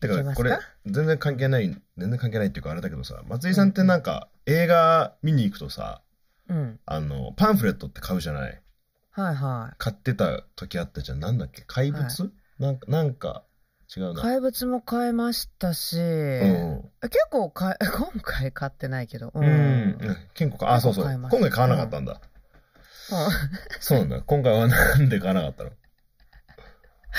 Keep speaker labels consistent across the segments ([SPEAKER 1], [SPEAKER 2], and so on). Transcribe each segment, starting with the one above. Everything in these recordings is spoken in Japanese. [SPEAKER 1] て
[SPEAKER 2] いけま
[SPEAKER 1] か、
[SPEAKER 2] すか
[SPEAKER 1] これ、全然関係ない、全然関係ないっていうか、あれだけどさ、松井さんってなんか、映画見に行くとさ、
[SPEAKER 2] うん。
[SPEAKER 1] あの、パンフレットって買うじゃない
[SPEAKER 2] はいは
[SPEAKER 1] 買ってた時あったじゃん。なんだっけ怪物、
[SPEAKER 2] は
[SPEAKER 1] なんか、なんか、違う
[SPEAKER 2] い。
[SPEAKER 1] な。
[SPEAKER 2] 怪物も買いましたし、
[SPEAKER 1] うん。
[SPEAKER 2] 結構買い、 今回買ってないけど。う
[SPEAKER 1] うん。うん。健康か。あ、そうそう。
[SPEAKER 2] 買い
[SPEAKER 1] 今
[SPEAKER 2] ました
[SPEAKER 1] 回買わなかったんだ。
[SPEAKER 2] うん
[SPEAKER 1] そうなんだ。今回はなんで買わなかったの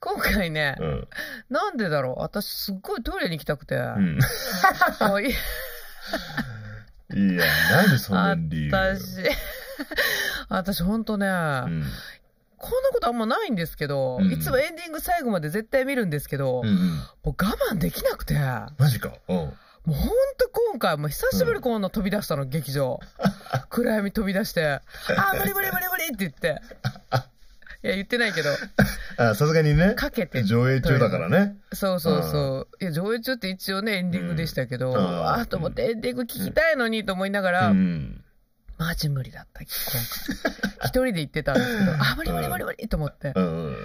[SPEAKER 2] 今回ね、
[SPEAKER 1] うん。
[SPEAKER 2] なんでだろう私すっごいトイレに行きたくて。
[SPEAKER 1] うん。
[SPEAKER 2] そうい
[SPEAKER 1] いや、なんでその理由
[SPEAKER 2] 私、 私ほんとね、
[SPEAKER 1] うん。
[SPEAKER 2] こんなことあんまないんですけど、
[SPEAKER 1] うん
[SPEAKER 2] いつもエンディング最後まで絶対見るんですけ
[SPEAKER 1] う
[SPEAKER 2] ど、
[SPEAKER 1] んうん。
[SPEAKER 2] もう我慢できなくて、も
[SPEAKER 1] マジか。うん。
[SPEAKER 2] うほんと今回、もう久しぶりこんな飛び出したの、劇 場。暗闇飛び出して、あー、無理無理無理無理 って言って。いや、言ってないけど、
[SPEAKER 1] あ、さすがにね。
[SPEAKER 2] かけて。
[SPEAKER 1] 上映中だからね。
[SPEAKER 2] そうそうそう。いや、上映中って一応ね、エンディングでしたけど、
[SPEAKER 1] うん
[SPEAKER 2] ああと思ってエンディング聞きたいのにと思いながら、
[SPEAKER 1] うん。
[SPEAKER 2] マジ無理だった、今回。一人で行ってたんで すけど、あ、無理無理無理無理と思って
[SPEAKER 1] う、んうん。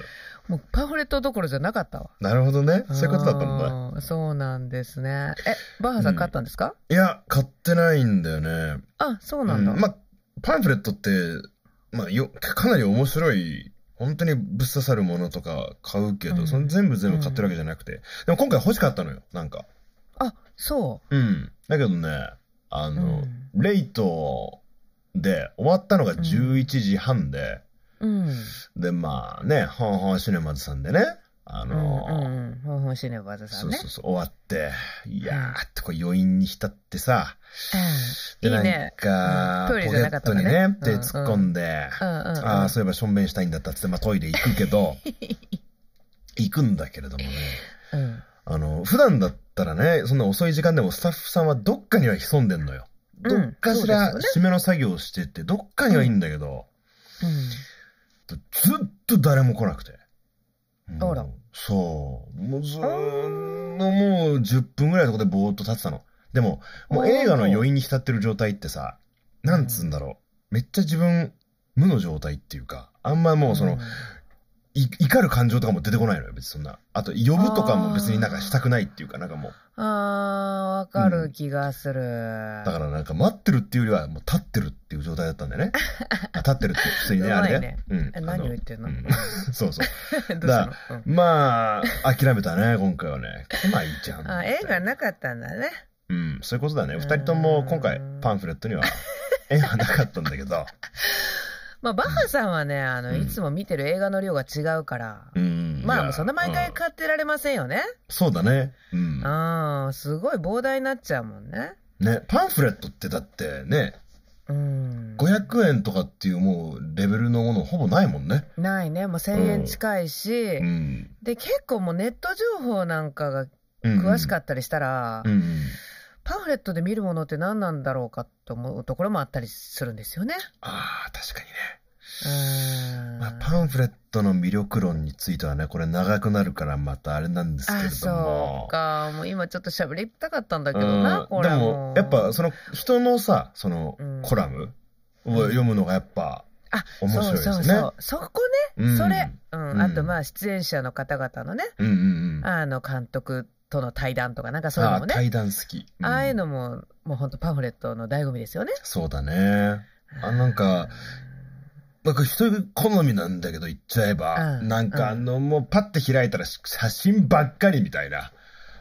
[SPEAKER 2] もうパンフレットどころじゃなかったわ。
[SPEAKER 1] なるほどね。そういうことだったんだ。
[SPEAKER 2] だ。そうなんですね。え、バーハさ
[SPEAKER 1] うん
[SPEAKER 2] ん買ったんですか、
[SPEAKER 1] いや、買ってないんだよね。
[SPEAKER 2] あ、そうなんだ。
[SPEAKER 1] うんまあ、パンフレットって、まあ、よ、かなり面白い、本当にぶっ刺さるものとか買うけど、
[SPEAKER 2] うん
[SPEAKER 1] その全部全部買ってるわけじゃなくて、でも今回欲しかったのよ、なんか。
[SPEAKER 2] あ、そ
[SPEAKER 1] うん。だけどね、あの、
[SPEAKER 2] うん
[SPEAKER 1] レイトで終わったのが11時半で、
[SPEAKER 2] う。うん。
[SPEAKER 1] で、まあね、ホンホンシネマズさんでね、あ
[SPEAKER 2] うん
[SPEAKER 1] の、
[SPEAKER 2] うんうん。ほんほんシネバーズさ
[SPEAKER 1] そ
[SPEAKER 2] ん
[SPEAKER 1] う
[SPEAKER 2] ね。
[SPEAKER 1] そうそう、終わって、いやーってこう余韻に浸ってさ、で、
[SPEAKER 2] うんいい
[SPEAKER 1] なん
[SPEAKER 2] ね。
[SPEAKER 1] か、
[SPEAKER 2] うんトイレ
[SPEAKER 1] ポ
[SPEAKER 2] じ
[SPEAKER 1] ケ
[SPEAKER 2] ゃなか
[SPEAKER 1] ッ
[SPEAKER 2] った
[SPEAKER 1] ト
[SPEAKER 2] のね
[SPEAKER 1] にね、手
[SPEAKER 2] うん
[SPEAKER 1] 突っ込んで、
[SPEAKER 2] うんうんうん。
[SPEAKER 1] ああ、そういえばしょんべんしたいんだったっつって、まあトイレ行くけ ど、行くんだけれどもね、
[SPEAKER 2] うん。
[SPEAKER 1] あの、普段だったらね、そんな遅い時間でもスタッフさんはどっかには潜んでんのよ。
[SPEAKER 2] うん
[SPEAKER 1] どっかしら
[SPEAKER 2] そうで
[SPEAKER 1] 締めの作業をしてて、どっかにはいいんだけど、ずっと誰も来なくて。もう
[SPEAKER 2] あら
[SPEAKER 1] そう。もうずーっともう10分ぐらいのとこでぼーっと立ってたの。でも、もう映画の余韻に浸ってる状態ってさ、なんつうんだろう。めっちゃ自分、無の状態っていうか、あんまもうその、い怒る感情とかも出てこないのよ、別にそんな。あと、呼ぶとかも別になんかしたくないっていうか、なんかもう。
[SPEAKER 2] うん、あー、わかる気がする。
[SPEAKER 1] だからなんか待ってるっていうよりは、もう立ってるっていう状態だったんだ よね。あ立ってるって、普通にね、
[SPEAKER 2] うま
[SPEAKER 1] あ
[SPEAKER 2] い
[SPEAKER 1] れね
[SPEAKER 2] ね。
[SPEAKER 1] うん
[SPEAKER 2] え何を言ってんの、
[SPEAKER 1] あ うん そうそう。
[SPEAKER 2] どうしたの、うん
[SPEAKER 1] まあ、諦めたね、 今回はね。来ないじゃん。
[SPEAKER 2] あ映画なかったんだね。
[SPEAKER 1] うん、そういうことだね。
[SPEAKER 2] う
[SPEAKER 1] 二
[SPEAKER 2] ん
[SPEAKER 1] 人とも今回、パンフレットに は、縁はなかったんだけど。
[SPEAKER 2] まあ、バッハさんはね、あの、
[SPEAKER 1] うん
[SPEAKER 2] いつも見てる映画の量が違うから、
[SPEAKER 1] うん。
[SPEAKER 2] まあ、
[SPEAKER 1] い
[SPEAKER 2] も
[SPEAKER 1] や
[SPEAKER 2] うそんな毎
[SPEAKER 1] う
[SPEAKER 2] 回
[SPEAKER 1] ん
[SPEAKER 2] 買ってられませんよね。
[SPEAKER 1] そうだね。うん。
[SPEAKER 2] ああ、すごい膨大になっちゃうもんね。
[SPEAKER 1] ね、パンフレットってだってね、
[SPEAKER 2] うん。
[SPEAKER 1] 500円とかっていうもう、レベルのものほぼないもんね。
[SPEAKER 2] ないね。もう1000円近いし、
[SPEAKER 1] うん。
[SPEAKER 2] で、結構もうネット情報なんかが詳
[SPEAKER 1] 詳
[SPEAKER 2] しか
[SPEAKER 1] っ
[SPEAKER 2] ったりしたら、
[SPEAKER 1] たうんうん。
[SPEAKER 2] パンフレットで見るものって何なんだろうかと思うところもあったりするんですよね。
[SPEAKER 1] ああ、確かにね。
[SPEAKER 2] うん。
[SPEAKER 1] まあ、パンフレットの魅力論についてはね、これ長くなるからまたあれなんですけれ
[SPEAKER 2] あ、
[SPEAKER 1] ども。
[SPEAKER 2] そうか。もう今ちょっと喋りたかったんだけど
[SPEAKER 1] う
[SPEAKER 2] な、
[SPEAKER 1] ん
[SPEAKER 2] こ
[SPEAKER 1] で
[SPEAKER 2] れは
[SPEAKER 1] も
[SPEAKER 2] う
[SPEAKER 1] やっぱその人のさその
[SPEAKER 2] うん
[SPEAKER 1] コラムを読むのがやっぱ、
[SPEAKER 2] あ、
[SPEAKER 1] 面白いですね
[SPEAKER 2] そうそうそう。そこね、
[SPEAKER 1] うん
[SPEAKER 2] それ。うん。
[SPEAKER 1] うん
[SPEAKER 2] あと、まあ、出演者の方々のね、
[SPEAKER 1] うんうんうん
[SPEAKER 2] あの、監督との対談とか、なんかそういうの
[SPEAKER 1] あ
[SPEAKER 2] も
[SPEAKER 1] ー
[SPEAKER 2] ね、
[SPEAKER 1] 対談好き、うん
[SPEAKER 2] ああいうのも、もう本当パンフレットの醍醐味ですよね。
[SPEAKER 1] そうだねあなんかなんか人好みなんだけど言っちゃえば、
[SPEAKER 2] うん
[SPEAKER 1] なんかあ
[SPEAKER 2] うん
[SPEAKER 1] のもうパッて開いたらし写真ばっかりみたいな、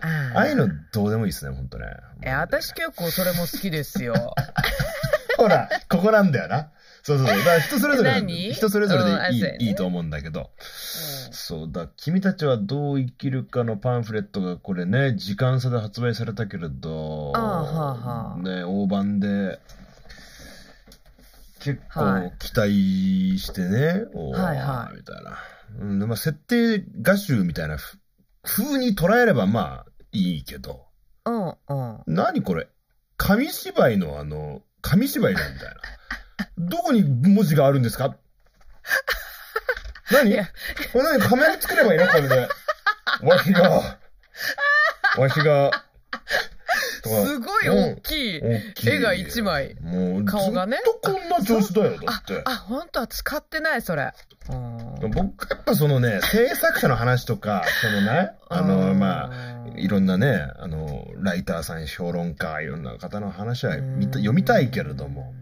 [SPEAKER 2] あー
[SPEAKER 1] ああいうのどうでもいいですねほんとね
[SPEAKER 2] え、私結構それも好きですよ。
[SPEAKER 1] ほらここなんだよなそうそうそうだから人それぞれなんだよ
[SPEAKER 2] 何
[SPEAKER 1] 人それぞれで
[SPEAKER 2] うんあ
[SPEAKER 1] いい,、
[SPEAKER 2] そうやね
[SPEAKER 1] いいと思うんだけどそうだ、君たちはどう生きるかのパンフレットがこれね、時間差で発売されたけれど、
[SPEAKER 2] ああはあはあ
[SPEAKER 1] ね、大盤で、結
[SPEAKER 2] は
[SPEAKER 1] 構
[SPEAKER 2] い
[SPEAKER 1] 期待してね、おー
[SPEAKER 2] はいはい
[SPEAKER 1] みたいな。うん、でまあ、設定画集みたいなふ風に捉えればまあいいけど、
[SPEAKER 2] うん、うん、うん。
[SPEAKER 1] 何これ紙芝居のあの、紙芝居なんみたいな。 どこに文字があるんですか何
[SPEAKER 2] いや
[SPEAKER 1] これ何仮面作ればいいのこれで。わしが、わしが、とか
[SPEAKER 2] すごい大きい。
[SPEAKER 1] 大きい
[SPEAKER 2] 絵が一枚。
[SPEAKER 1] もう、
[SPEAKER 2] 顔がね
[SPEAKER 1] ずっとこんな調子だよ、だって。
[SPEAKER 2] あ、本当は使ってない、それ。うん
[SPEAKER 1] 僕やっぱそのね、制作者の話とか、そのね、あの、まあ、いろんなね、あの、ライターさん、評論家、いろんな方の話は見た読みたいけれども。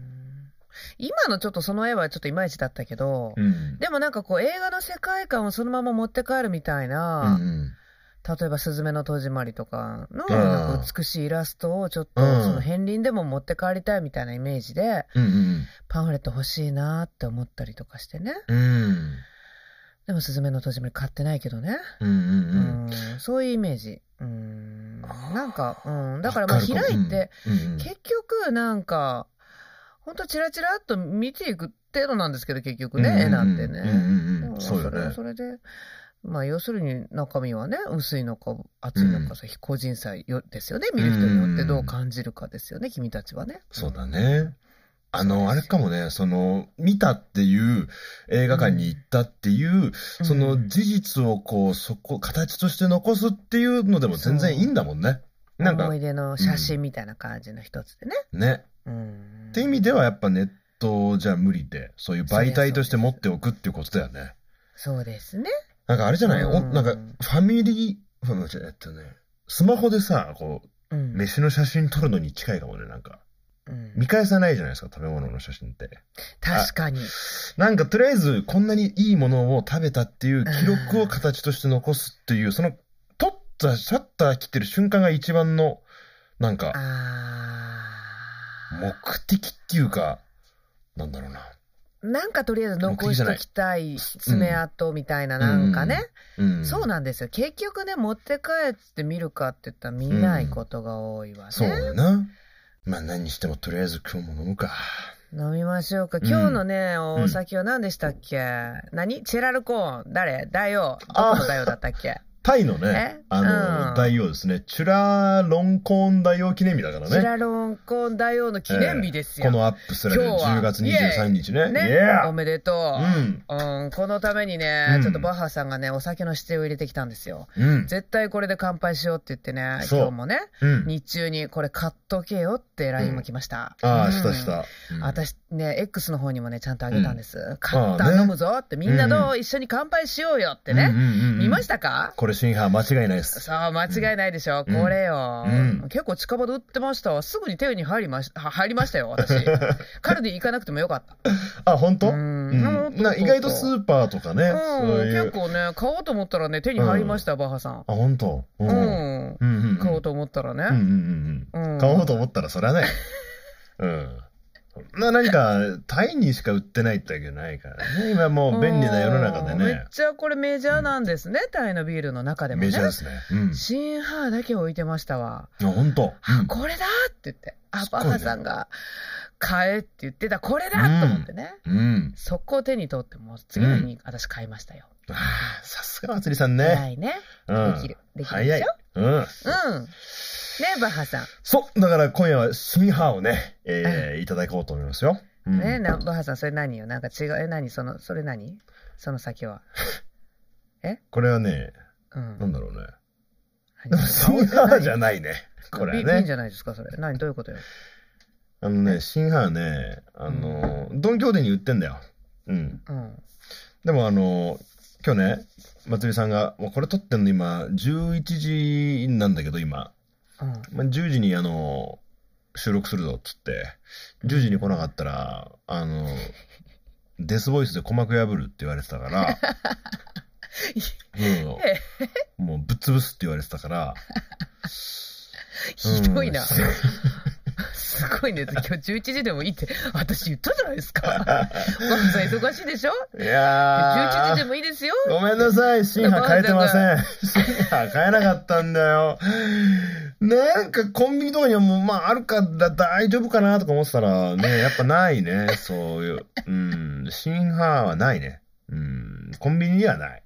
[SPEAKER 2] 今のちょっとその絵はちょっといまいちだったけど、
[SPEAKER 1] うん。
[SPEAKER 2] でもなんかこう映画の世界観をそのまま持って帰るみたい
[SPEAKER 1] うん
[SPEAKER 2] な、
[SPEAKER 1] うん
[SPEAKER 2] 例えば「すずめの戸締まり」とかの
[SPEAKER 1] うん
[SPEAKER 2] なんか美しいイラストをちょっと
[SPEAKER 1] うん
[SPEAKER 2] その片鱗でも持って帰りたいみたいなイメージで
[SPEAKER 1] うん
[SPEAKER 2] パンフレット欲しいなって思ったりとかしてね
[SPEAKER 1] うん。うん。
[SPEAKER 2] でも「すずめの戸締まり」買ってないけどね、
[SPEAKER 1] うんうん
[SPEAKER 2] う
[SPEAKER 1] うん。
[SPEAKER 2] ん、そういうイメージうんなんか、うん、だからまあ
[SPEAKER 1] わる
[SPEAKER 2] 開いて、、
[SPEAKER 1] うんうんうん
[SPEAKER 2] 結局なんかほんとチラチラっと見ていく程度なんですけど結局ね、絵なんてね、
[SPEAKER 1] うんうんう
[SPEAKER 2] で
[SPEAKER 1] んう
[SPEAKER 2] も
[SPEAKER 1] ん。そうよ
[SPEAKER 2] れは
[SPEAKER 1] ね
[SPEAKER 2] そ。れで、まあ、要するに中身はね、薄いのか、厚いのか、さ非個人差よですよね、見る人によってどう感じるかですよね、君たちはね。
[SPEAKER 1] そうだね。あの、あれかもね、その、見たっていう、映画館に行ったっていう、
[SPEAKER 2] うん。
[SPEAKER 1] その事実をこう、そこ、形として残すっていうのでも全然いいんだもんね。なんか
[SPEAKER 2] 思、い出の写真みたいな感じの一つでね。
[SPEAKER 1] ね。
[SPEAKER 2] うん。
[SPEAKER 1] って意味ではやっぱネットじゃ無理で、そういう媒体として持っておくっていうことだよね。
[SPEAKER 2] そうですね。
[SPEAKER 1] なんかあれじゃない、お
[SPEAKER 2] うん
[SPEAKER 1] なんか、ファミリー、ファミリーじゃないえっとね、スマホでさ、こ
[SPEAKER 2] う
[SPEAKER 1] う、
[SPEAKER 2] ん。
[SPEAKER 1] 飯の写真撮るのに近いかもね、なんか。
[SPEAKER 2] うん
[SPEAKER 1] 見返さないじゃないですか、食べ物の写真って。
[SPEAKER 2] 確かに。
[SPEAKER 1] なんかとりあえずこんなにいいものを食べたっていう記録を形として残すっていう、その撮ったシャッター切ってる瞬間が一番のなんか
[SPEAKER 2] あ
[SPEAKER 1] 目的っていうか、なんだろうな。
[SPEAKER 2] ーなんかとりあえず残しておきたい爪痕みたいな、なんかね。
[SPEAKER 1] うん。
[SPEAKER 2] そうなんですよ。結局ね、持って帰って見るかって言ったら見ないことが多いわね。
[SPEAKER 1] そうだよな。まあ何にしてもとりあえず食うもの飲むか。
[SPEAKER 2] 飲みましょうか。
[SPEAKER 1] うん
[SPEAKER 2] 今日のね、お酒は何でしたっけ、何チェラルコーン。誰大王。どこの大王だったっけ
[SPEAKER 1] タイのね
[SPEAKER 2] え、
[SPEAKER 1] あの、
[SPEAKER 2] うん
[SPEAKER 1] 大王ですね。チュラロンコーン大王記念日だから
[SPEAKER 2] チェ
[SPEAKER 1] ね。
[SPEAKER 2] ラロンコーン大王の記念日ですよ。
[SPEAKER 1] このアップする
[SPEAKER 2] 今日は
[SPEAKER 1] 10月23日ね。
[SPEAKER 2] ね、
[SPEAKER 1] イエー
[SPEAKER 2] おめでとう。
[SPEAKER 1] うん。
[SPEAKER 2] うんこのためにね、
[SPEAKER 1] うん
[SPEAKER 2] ちょっとバッハさんがね、お酒の指定を入れてきたんですよ。
[SPEAKER 1] うん。
[SPEAKER 2] 絶対これで乾杯しようって言ってね、
[SPEAKER 1] そう
[SPEAKER 2] 今日もね、
[SPEAKER 1] うん。
[SPEAKER 2] 日中にこれ買っとけよって LINE も来ました。
[SPEAKER 1] あ
[SPEAKER 2] う
[SPEAKER 1] あ、
[SPEAKER 2] ん
[SPEAKER 1] したした。うん
[SPEAKER 2] 私ね、X の方にもね、ちゃんとあげたんです。買っ
[SPEAKER 1] ああ
[SPEAKER 2] た、
[SPEAKER 1] ね
[SPEAKER 2] 飲むぞって、みんなどう、一緒に乾杯しようよってね。見ましたたか
[SPEAKER 1] これ新版間違いないです。
[SPEAKER 2] さあ、間違いないでしょ、
[SPEAKER 1] うん
[SPEAKER 2] これよ、
[SPEAKER 1] うん
[SPEAKER 2] 結構近場で売ってましたわ。すぐに手に入りましは入りましたよ、 私。カルディ行かなくてもよかった。
[SPEAKER 1] あ、本当？
[SPEAKER 2] うん
[SPEAKER 1] うん
[SPEAKER 2] ほんと
[SPEAKER 1] な意外とスーパーとかね、
[SPEAKER 2] うん、
[SPEAKER 1] そうい
[SPEAKER 2] 結
[SPEAKER 1] う。
[SPEAKER 2] 構ね、買おうと思ったらね、手に入りました、バッハさん。
[SPEAKER 1] あ、本当。う。
[SPEAKER 2] うんん。
[SPEAKER 1] うんうんうん。
[SPEAKER 2] 買おうと思ったら
[SPEAKER 1] うんうん
[SPEAKER 2] ね。
[SPEAKER 1] うん
[SPEAKER 2] う
[SPEAKER 1] うんん。買おうと思ったらそれは ね。うん。ななんかタイにしか売ってないってわけじゃないからね。今もう便利な世の中で
[SPEAKER 2] うんめっ
[SPEAKER 1] ね。
[SPEAKER 2] ちゃこれメジャーなんですね、タイのビールの中でもね。
[SPEAKER 1] メジャーですね。
[SPEAKER 2] シンハーだけ置いてましたわ。
[SPEAKER 1] うん。あ、本当。
[SPEAKER 2] あ
[SPEAKER 1] うん、
[SPEAKER 2] これだって言って、あ
[SPEAKER 1] す、ご
[SPEAKER 2] バ
[SPEAKER 1] い
[SPEAKER 2] ッ
[SPEAKER 1] ね
[SPEAKER 2] ハさんが、買えって言ってた、これだと思ってね。
[SPEAKER 1] うん。
[SPEAKER 2] 速攻手に取って、もう次の日に私買いましたよ。
[SPEAKER 1] あーさすがまつりさん
[SPEAKER 2] 偉
[SPEAKER 1] ね。
[SPEAKER 2] いね。
[SPEAKER 1] うん。
[SPEAKER 2] できる。できる
[SPEAKER 1] 早
[SPEAKER 2] で
[SPEAKER 1] い
[SPEAKER 2] しょ。
[SPEAKER 1] うん。
[SPEAKER 2] うん。ねバッハさん。
[SPEAKER 1] そう、だから今夜は新派をね、えーいただこうと思いますよ。うん
[SPEAKER 2] ねなバッハさん、それ何よなんか違う。え、何その、それ何その先は。
[SPEAKER 1] これはね、
[SPEAKER 2] うん。
[SPEAKER 1] なんだろうね。で
[SPEAKER 2] 何
[SPEAKER 1] も新派じゃないね。これ
[SPEAKER 2] ビビ
[SPEAKER 1] は
[SPEAKER 2] ンじ
[SPEAKER 1] ね。
[SPEAKER 2] ゃないですか、それ。何どういうことよ。
[SPEAKER 1] あのね、新派はね、あの、ドンキョーテに売ってんだよ。うん。
[SPEAKER 2] うん。
[SPEAKER 1] でもあの、今日ね、まつりさんが、もうこれ撮ってんの今、11時なんだけど今、
[SPEAKER 2] うん。
[SPEAKER 1] まあ、10時にあの、収録するぞっつって、10時に来なかったら、あの、デスボイスで鼓膜破るって言われてたから、もう、もうぶっ潰すって言われてたから、
[SPEAKER 2] ひどいな。
[SPEAKER 1] うん
[SPEAKER 2] す ごいね。今日11時でもいいって、私言ったじゃないですか。バッハさん忙しいでしょ
[SPEAKER 1] いや
[SPEAKER 2] 11
[SPEAKER 1] ー
[SPEAKER 2] 時でもいいですよ。
[SPEAKER 1] ごめんなさい、シンハ変えてません。シンハ変えなかったんだよ。なんかコンビニとかにはもう、まああるから大丈夫かなとか思ってたら、ね、やっぱないね、そういう。うん、シンハはないね。うん、コンビニにはない。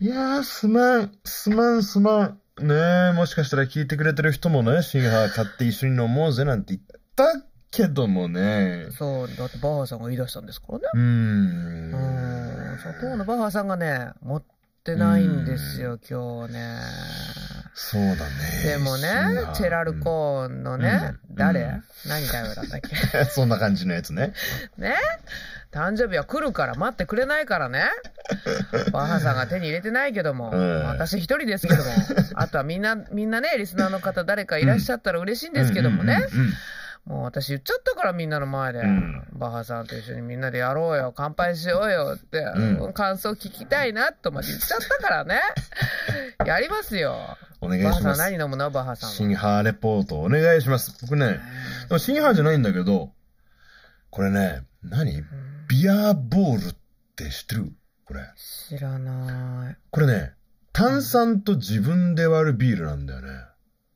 [SPEAKER 1] いやー、すまん、すまん、すまん。ねえ、もしかしたら聞いてくれてる人もね、シンハ買って一緒に飲もうぜなんて言ったけどもね。
[SPEAKER 2] そう、だってバッハさんが言い出したんですからね。
[SPEAKER 1] うーん。
[SPEAKER 2] うん、砂糖のバッハさんがね、持ってないんですよ、今日ね。
[SPEAKER 1] そうだね。
[SPEAKER 2] でも
[SPEAKER 1] シン
[SPEAKER 2] ね
[SPEAKER 1] ハ、
[SPEAKER 2] チェラルコーンのね、
[SPEAKER 1] うん
[SPEAKER 2] 誰、
[SPEAKER 1] うん
[SPEAKER 2] 何頼りだったっけ
[SPEAKER 1] そんな感じのやつね。
[SPEAKER 2] ね誕生日は来るから待ってくれないか らね。バッハさんが手に入れてないけども、
[SPEAKER 1] うん
[SPEAKER 2] 私一人で すけども、あとはみんな、みんなね、リスナーの方誰かいらっしゃったら嬉しいんですけどもね。
[SPEAKER 1] うんうんうん
[SPEAKER 2] もう私言っちゃったからみんなの前で、
[SPEAKER 1] ん
[SPEAKER 2] バッハさんと一緒にみんなでやろうよ乾杯しようよって、
[SPEAKER 1] うん
[SPEAKER 2] 感想聞きたいなとまで言っちゃったから ねやりますよ
[SPEAKER 1] お願い
[SPEAKER 2] バッハ
[SPEAKER 1] し
[SPEAKER 2] さ
[SPEAKER 1] ま
[SPEAKER 2] ん
[SPEAKER 1] す。
[SPEAKER 2] 何飲むのバッハさんは
[SPEAKER 1] シンハーレポートお願いします。僕ね、でもシンハーじゃないんだけど、これね、何ビアボールって知ってるこれ。
[SPEAKER 2] 知らない
[SPEAKER 1] これね、炭酸と自分で割るビールなんだよね。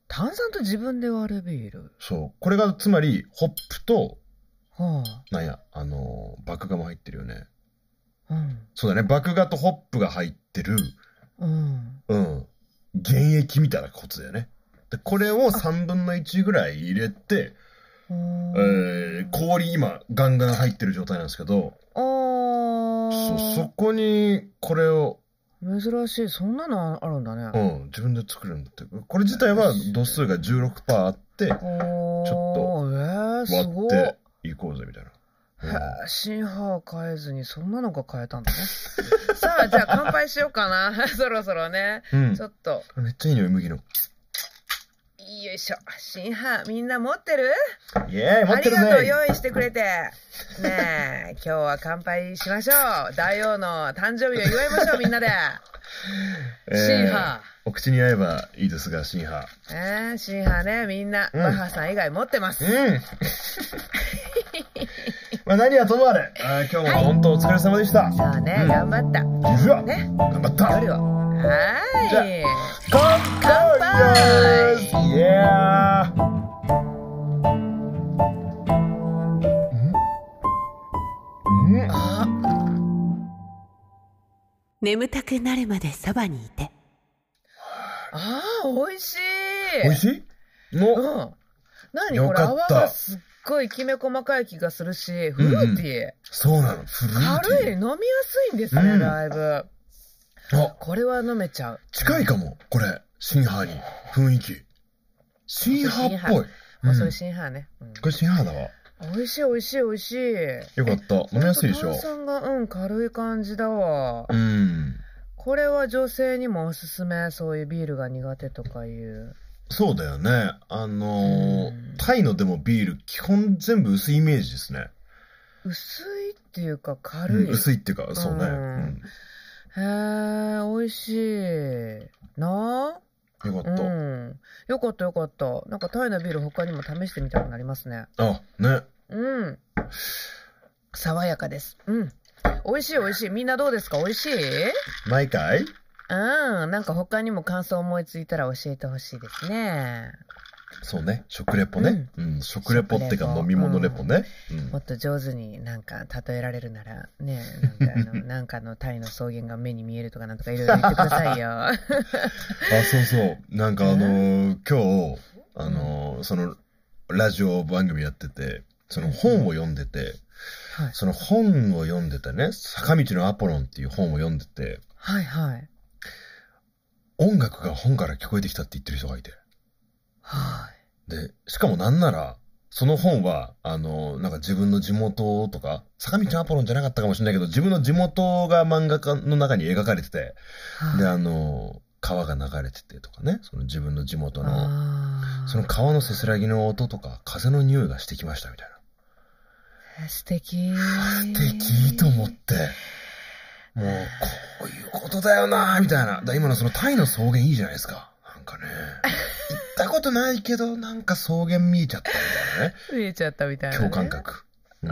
[SPEAKER 2] 炭酸と自分で割るビール
[SPEAKER 1] そう。これがつまり、ホップと、
[SPEAKER 2] は
[SPEAKER 1] なんや、あのー、麦芽も入ってるよね。
[SPEAKER 2] あうん
[SPEAKER 1] そうだね、麦芽とホップが入ってる、
[SPEAKER 2] うん
[SPEAKER 1] うん、原液みたいなことだよね。で、これを3分の1ぐらい入れて、
[SPEAKER 2] うん
[SPEAKER 1] えー、氷今、ガンガン入ってる状態なんですけど、
[SPEAKER 2] あ
[SPEAKER 1] そ、
[SPEAKER 2] ー
[SPEAKER 1] そこに、これを、
[SPEAKER 2] 珍しいそんなのあるんだ
[SPEAKER 1] う
[SPEAKER 2] ね、
[SPEAKER 1] ん、自分で作るんだって。これ自体は度数が16%あって、ち
[SPEAKER 2] お
[SPEAKER 1] ょ
[SPEAKER 2] っとえー、す
[SPEAKER 1] 割っ
[SPEAKER 2] ごい
[SPEAKER 1] ていこうぜ、みたいな。うん
[SPEAKER 2] へえ、シンハー変えずにそんなのが変えたんだね。 さあ、じゃあ乾杯しようかな。 そろそろね。
[SPEAKER 1] うん
[SPEAKER 2] ちょっと、
[SPEAKER 1] めっちゃいい匂い、麦の。
[SPEAKER 2] よいしょ。シンハー、みんな持ってる
[SPEAKER 1] イエーイ、持
[SPEAKER 2] あ
[SPEAKER 1] って
[SPEAKER 2] り
[SPEAKER 1] る
[SPEAKER 2] がとう、
[SPEAKER 1] ぜ
[SPEAKER 2] 用意してくれて。ねえ、今日は乾杯しましょう。大王の誕生日を祝いましょう、みんなで。
[SPEAKER 1] えー
[SPEAKER 2] シンハ
[SPEAKER 1] お口に合えばいいですが、シンハ
[SPEAKER 2] ー。えー、シンハーね、みんな、
[SPEAKER 1] うん
[SPEAKER 2] バッハさん以外持ってます。
[SPEAKER 1] うん。 まあ何はともあれ、あー今日も本当お疲れ様でした。
[SPEAKER 2] さあね、頑張った。
[SPEAKER 1] いや
[SPEAKER 2] ね、
[SPEAKER 1] 頑張った。
[SPEAKER 2] 夜を。は
[SPEAKER 1] じゃ
[SPEAKER 2] ーい。
[SPEAKER 1] 乾
[SPEAKER 2] 杯
[SPEAKER 1] 杯イエーイうんうん
[SPEAKER 3] 眠たくなるまでそばにいて
[SPEAKER 2] あー、美味しい。
[SPEAKER 1] 美味しいの
[SPEAKER 2] うん。何
[SPEAKER 1] よ
[SPEAKER 2] これ
[SPEAKER 1] か
[SPEAKER 2] 泡
[SPEAKER 1] った
[SPEAKER 2] がすっごいきめ細かい気がするし、フルーティー。
[SPEAKER 1] そうなの。フルーティ
[SPEAKER 2] 軽
[SPEAKER 1] ー
[SPEAKER 2] い、飲みやすいんですね、
[SPEAKER 1] うん
[SPEAKER 2] だいぶ。
[SPEAKER 1] あ、
[SPEAKER 2] これは飲めちゃう。
[SPEAKER 1] 近いかも、これ。シンハーに。雰囲気。シンハーっぽい。
[SPEAKER 2] もう
[SPEAKER 1] うん
[SPEAKER 2] それシンハーね。うん
[SPEAKER 1] これシンハーだわ。
[SPEAKER 2] 美味しい美味しい美味しい。
[SPEAKER 1] よかった。飲みやすいでし
[SPEAKER 2] ほ
[SPEAKER 1] ょ
[SPEAKER 2] んと。炭酸が、うん、軽い感じだわ
[SPEAKER 1] う。ん。
[SPEAKER 2] これは女性にもおすすめ、そういうビールが苦手とかいう。
[SPEAKER 1] そうだよね。あのー
[SPEAKER 2] うん
[SPEAKER 1] タイのでもビール、基本全部薄いイメージですね。
[SPEAKER 2] 薄いっていうか軽い。
[SPEAKER 1] うん、薄いっていうか、そうね。
[SPEAKER 2] うんへー、美味しい。なあ
[SPEAKER 1] うんよかった。
[SPEAKER 2] うん。よかったよかった。なんかタイのビール他にも試してみたくなりますね。
[SPEAKER 1] あ、ね。
[SPEAKER 2] うん。爽やかです。うん。美味しい美味しい。みんなどうですか美味しい
[SPEAKER 1] 毎回
[SPEAKER 2] うん。なんか他にも感想思いついたら教えてほしいですね。
[SPEAKER 1] そうね。食レポね。うん、食レポってか
[SPEAKER 2] 食レポ
[SPEAKER 1] 飲み物レポね。うん
[SPEAKER 2] もっと上手になんか例えられるなら、ねえ、なんかあの、なんかのタイの草原が目に見えるとかなんとかいろいろ言ってくだ さいよ。
[SPEAKER 1] あ、そうそう。なんかあのー今日、あのーその、ラジオ番組やってて、その本を読んでて、
[SPEAKER 2] はい
[SPEAKER 1] その本を読んでたね、坂道のアポロンっていう本を読んでて、
[SPEAKER 2] はいはい。
[SPEAKER 1] 音楽が本から聞こえてきたって言ってる人がいて。
[SPEAKER 2] はい。
[SPEAKER 1] で、しかもなんなら、その本は、あの、なんか自分の地元とか、坂道のアポロンじゃなかったかもしれないけど、自分の地元が漫画家の中に描かれてて、
[SPEAKER 2] はい
[SPEAKER 1] で、あの、川が流れててとかね、その自分の地元の、
[SPEAKER 2] あー
[SPEAKER 1] その川のせせらぎの音とか、風の匂いがしてきましたみたいな。
[SPEAKER 2] 素敵。
[SPEAKER 1] 素敵と思って、もう、こういうことだよなみたいな。だから今のそのタイの草原いいじゃないですか。なんかね、行ったことないけど、なんか草原見えちゃったみたいなね。
[SPEAKER 2] 見えちゃったみたいな、ね。
[SPEAKER 1] 共感覚。うん
[SPEAKER 2] い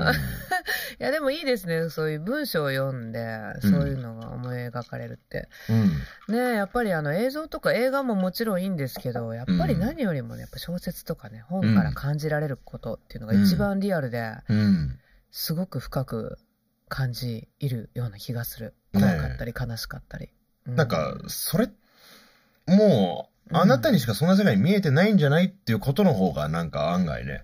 [SPEAKER 2] やでもいいですねそういう文章を読んでそういうのが思い描かれるって、
[SPEAKER 1] うん。
[SPEAKER 2] ねえやっぱりあの映像とか映画ももちろんいいんですけどやっぱり
[SPEAKER 1] うん
[SPEAKER 2] 何よりもねやっぱ小説とかね本から感じられることっていうのが一番リアルで
[SPEAKER 1] うん。
[SPEAKER 2] すごく深く感じいるような気がする
[SPEAKER 1] ねえ
[SPEAKER 2] 怖かったり悲しかったり、う
[SPEAKER 1] なんか、それ、もう、あなたにしかそんな世界に見えてないんじゃないっていうことの方が、なんか案外ね、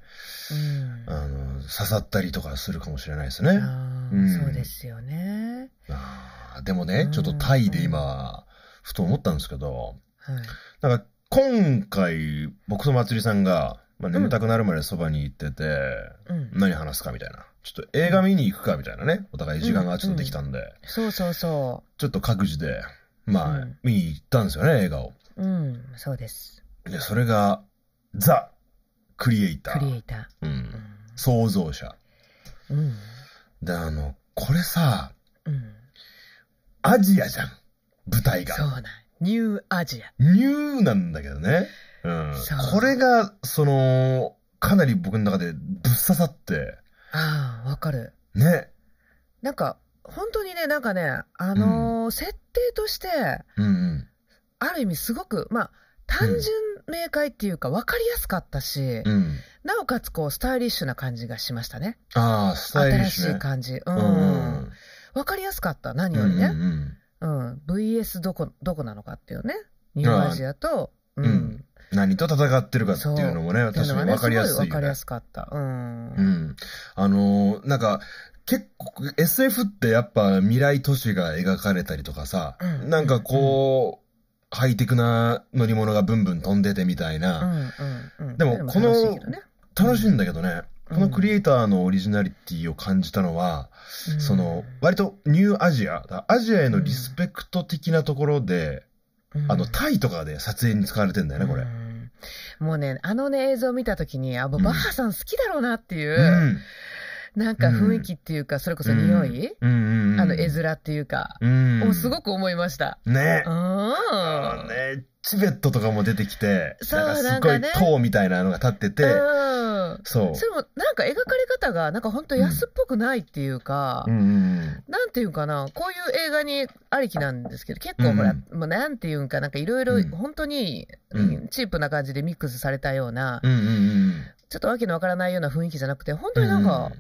[SPEAKER 2] うん
[SPEAKER 1] あの、刺さったりとかするかもしれないですね。
[SPEAKER 2] あー
[SPEAKER 1] うん
[SPEAKER 2] そうですよね
[SPEAKER 1] あーでもね、ちょっとタイで今、ふと思ったんですけど、
[SPEAKER 2] はい
[SPEAKER 1] なんか、今回、僕とまつりさんが、まあ、眠たくなるまでそばに行ってて、
[SPEAKER 2] うん。
[SPEAKER 1] 何話すかみたいな。ちょっと映画見に行くかみたいなね。お互い時間がちょっとできたんで、
[SPEAKER 2] そうそうそ
[SPEAKER 1] ちょっと各自で、まあ、
[SPEAKER 2] うん
[SPEAKER 1] 見に行ったんですよね、映画を。
[SPEAKER 2] う。うん、そうです。
[SPEAKER 1] で、それが、ザ・クリエイタ
[SPEAKER 2] クリエ
[SPEAKER 1] ー。
[SPEAKER 2] イタ
[SPEAKER 1] う
[SPEAKER 2] ー
[SPEAKER 1] ん。。創造者。
[SPEAKER 2] うん。うん。
[SPEAKER 1] で、あの、これさ、
[SPEAKER 2] うん、
[SPEAKER 1] アジアじゃん。舞台
[SPEAKER 2] そう
[SPEAKER 1] が。
[SPEAKER 2] なん。ニューアジア。
[SPEAKER 1] ニューなんだけどね。うん
[SPEAKER 2] そう。
[SPEAKER 1] これが、その、かなり僕の中でぶっ刺さって、
[SPEAKER 2] ああ、わかる。
[SPEAKER 1] ね。
[SPEAKER 2] なんか、本当にね、なんかね、あのー設定として、
[SPEAKER 1] うんうん。
[SPEAKER 2] ある意味すごく、まあ、単純明快っていうか、わかりやすかったし、
[SPEAKER 1] うん。
[SPEAKER 2] なおかつこう、スタイリッシュな感じがしましたね。
[SPEAKER 1] ああ、スタイリッ
[SPEAKER 2] 新し
[SPEAKER 1] シュ
[SPEAKER 2] い
[SPEAKER 1] ね。
[SPEAKER 2] 感じ。う。
[SPEAKER 1] うんん
[SPEAKER 2] わ、
[SPEAKER 1] うん
[SPEAKER 2] かりやすかった、何
[SPEAKER 1] うん。
[SPEAKER 2] より
[SPEAKER 1] うん
[SPEAKER 2] ね。
[SPEAKER 1] うんうん
[SPEAKER 2] うん。VS どこ、どこなのかっていうね。ニューアジアと、うん。
[SPEAKER 1] うん何と戦ってるかっていうのもね、
[SPEAKER 2] っていう
[SPEAKER 1] 確かに分
[SPEAKER 2] のがね、す
[SPEAKER 1] か
[SPEAKER 2] ごい
[SPEAKER 1] りやすいよ
[SPEAKER 2] わ
[SPEAKER 1] ね。
[SPEAKER 2] かりやすかった。うん。
[SPEAKER 1] うん。あのーなんか、結構、SF ってやっぱ未来都市が描かれたりとかさ、
[SPEAKER 2] うん
[SPEAKER 1] なんかこう、ハイテクな乗り物がブンブン飛んでてみたい
[SPEAKER 2] うん
[SPEAKER 1] な、
[SPEAKER 2] うんうん
[SPEAKER 1] でもこの
[SPEAKER 2] 楽しいけどね
[SPEAKER 1] 楽しいんだけどね、
[SPEAKER 2] う
[SPEAKER 1] こ
[SPEAKER 2] ん
[SPEAKER 1] のクリエイターのオリジナリティを感じたのは、
[SPEAKER 2] うん
[SPEAKER 1] その、割とニューアジア、アジアへのリスペクト的なところで、
[SPEAKER 2] うん
[SPEAKER 1] あの、タイとかで撮影に使われてんだよね、これ
[SPEAKER 2] う。んもうね、あのね、映像見たときに、あ、もう
[SPEAKER 1] うん
[SPEAKER 2] バッハさん好きだろうなっていうう、
[SPEAKER 1] ん。
[SPEAKER 2] なんか雰囲気っていうか、それこそ匂い、
[SPEAKER 1] うんうんうん。
[SPEAKER 2] あの絵面っていうか、
[SPEAKER 1] うん。
[SPEAKER 2] をすごく思いました。
[SPEAKER 1] ね
[SPEAKER 2] う。ん。
[SPEAKER 1] ね、チベットとかも出てきて、
[SPEAKER 2] そう
[SPEAKER 1] なんかすご
[SPEAKER 2] ないんかね
[SPEAKER 1] 塔みたいなのが立ってて、
[SPEAKER 2] うん。
[SPEAKER 1] そう。
[SPEAKER 2] それも、なんか描かれ方が、なんか本当安っぽくないっていうか
[SPEAKER 1] う、んうん
[SPEAKER 2] なんていうんかな、こういう映画にありきなんですけど、結構ほら、
[SPEAKER 1] うん
[SPEAKER 2] もうなんていうんか、なんかいろいろ
[SPEAKER 1] うん
[SPEAKER 2] 本当に、
[SPEAKER 1] うん
[SPEAKER 2] チープな感じでミックスされたような、
[SPEAKER 1] うん。うんうん
[SPEAKER 2] ちょっとわけのわからないような雰囲気じゃなくて、本
[SPEAKER 1] う
[SPEAKER 2] 当
[SPEAKER 1] ん。
[SPEAKER 2] になんか、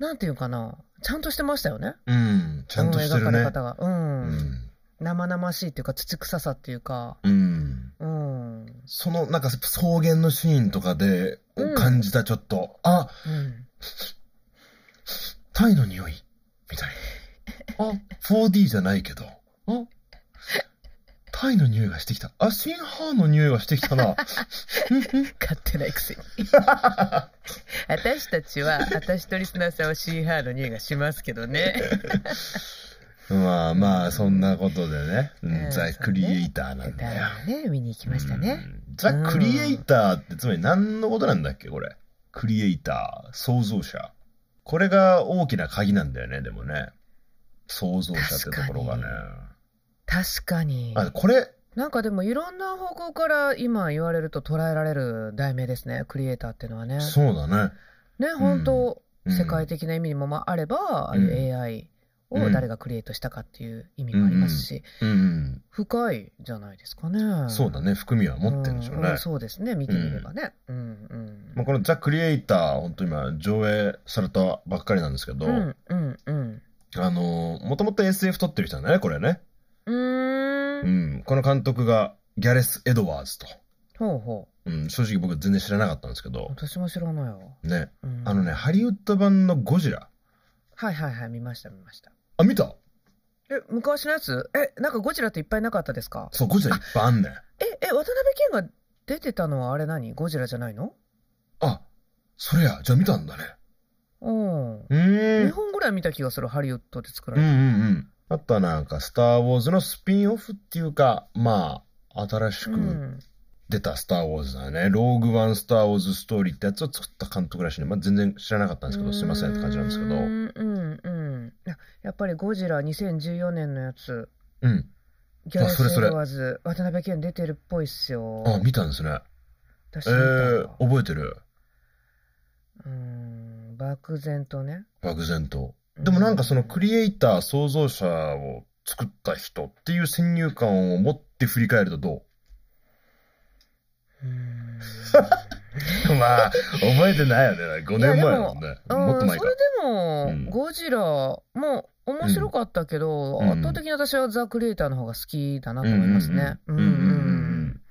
[SPEAKER 2] なんていうんかな、ちゃんとしてましたよね。
[SPEAKER 1] うん。ちゃんとしてる
[SPEAKER 2] この
[SPEAKER 1] ね
[SPEAKER 2] 描。かれ方が。う。
[SPEAKER 1] うんん。
[SPEAKER 2] 生々しいっていうか、土臭さっていうか、
[SPEAKER 1] うん。
[SPEAKER 2] うん。うん。
[SPEAKER 1] その、なんか草原のシーンとかで
[SPEAKER 2] うん
[SPEAKER 1] 感じたちょっと、あ、タイの匂いみ たいな。あ、4D じゃないけど。あ、タイの匂いがしてきた。あ、シンハーの匂いがしてきた な。
[SPEAKER 2] 勝手ないくせに。 私たちは、私とリスナーさんはシーハーの匂いがしますけどね。
[SPEAKER 1] まあまあ、そんなことでね、
[SPEAKER 2] うん
[SPEAKER 1] ザ・クリエイターなんだよ。
[SPEAKER 2] ね、見に行きましたね。
[SPEAKER 1] うん。ザ・クリエイターって、つまり何のことなんだっけ、これ。クリエイター、創造者。これが大きな鍵なんだよね、でもね。創造者ってところがね。
[SPEAKER 2] 確かに。
[SPEAKER 1] あ、これ、
[SPEAKER 2] なんかでもいろんな方向から今言われると捉えられる題名ですね、クリエイターっていうのはね。
[SPEAKER 1] そうだね。
[SPEAKER 2] ね、本当、
[SPEAKER 1] うん
[SPEAKER 2] 世界的な意味もまああれば、ああいう AI を誰がクリエイトしたかっていう意味もありますし、
[SPEAKER 1] うん、
[SPEAKER 2] 深いじゃないですかね。
[SPEAKER 1] そうだね。含みは持ってるんでしょうね。
[SPEAKER 2] んんそうですね、見てみればね。うんうん。
[SPEAKER 1] まあ、このザ・クリエイター、本当今、上映されたばっかりなんですけど、
[SPEAKER 2] うんうんうん。
[SPEAKER 1] あのー、もともと SF 撮ってる人なんだね、これね。
[SPEAKER 2] うー。
[SPEAKER 1] うんん。この監督が、ギャレス・エドワーズと。
[SPEAKER 2] ほうほう。
[SPEAKER 1] うん、正直僕全然知らなかったんですけど、
[SPEAKER 2] 私も知らないよ。
[SPEAKER 1] ね。
[SPEAKER 2] うん
[SPEAKER 1] あのね、ハリウッド版のゴジラ。
[SPEAKER 2] はいはいはい、見ました見ました。
[SPEAKER 1] あ、見た
[SPEAKER 2] え、昔のやつえ、なんかゴジラっていっぱいなかったですか
[SPEAKER 1] そう、ゴジラいっぱいあんねん。
[SPEAKER 2] え、え、渡辺謙が出てたのはあれ何ゴジラじゃないの
[SPEAKER 1] あ、それや、じゃあ見たんだね。
[SPEAKER 2] うん。
[SPEAKER 1] うー
[SPEAKER 2] 日
[SPEAKER 1] ん。
[SPEAKER 2] 本ぐらい見た気がする、ハリウッドで作ら
[SPEAKER 1] うんう
[SPEAKER 2] れ
[SPEAKER 1] ん
[SPEAKER 2] た。
[SPEAKER 1] うん。あとはなんか、スター・ウォーズのスピンオフっていうか、まあ、新し
[SPEAKER 2] う
[SPEAKER 1] く
[SPEAKER 2] ん。
[SPEAKER 1] 出たスター・ウォーズだね。ローグ・ワン・スター・ウォーズ・ストーリーってやつを作った監督らしいね。まあ、全然知らなかったんですけど、すいませんって感じなんですけど
[SPEAKER 2] う。んうんうん。ややっぱりゴジラ2014年のやつ、
[SPEAKER 1] うん。
[SPEAKER 2] ギャラ
[SPEAKER 1] そ
[SPEAKER 2] ス・
[SPEAKER 1] れ
[SPEAKER 2] エ
[SPEAKER 1] それ
[SPEAKER 2] ドワーズ、渡辺謙出てるっぽいっすよ。
[SPEAKER 1] あ、見たんですね。
[SPEAKER 2] 私
[SPEAKER 1] え
[SPEAKER 2] 見た
[SPEAKER 1] ー、
[SPEAKER 2] わ
[SPEAKER 1] 覚えてる
[SPEAKER 2] うん、漠然とね。
[SPEAKER 1] 漠然と。でもなんかそのクリエイター、創造者を作った人っていう先入観を持って振り返るとど
[SPEAKER 2] うん
[SPEAKER 1] う まあ、覚えてないよね。5年前だもんね。
[SPEAKER 2] うん
[SPEAKER 1] もっと前
[SPEAKER 2] そ
[SPEAKER 1] か
[SPEAKER 2] れ。でも、
[SPEAKER 1] うん
[SPEAKER 2] ゴジラも面白かったけど、
[SPEAKER 1] うん
[SPEAKER 2] 圧倒的に私はザ・クリエイターの方が好きだなと思いますね。
[SPEAKER 1] う
[SPEAKER 2] うん
[SPEAKER 1] う
[SPEAKER 2] ん
[SPEAKER 1] ん
[SPEAKER 2] うん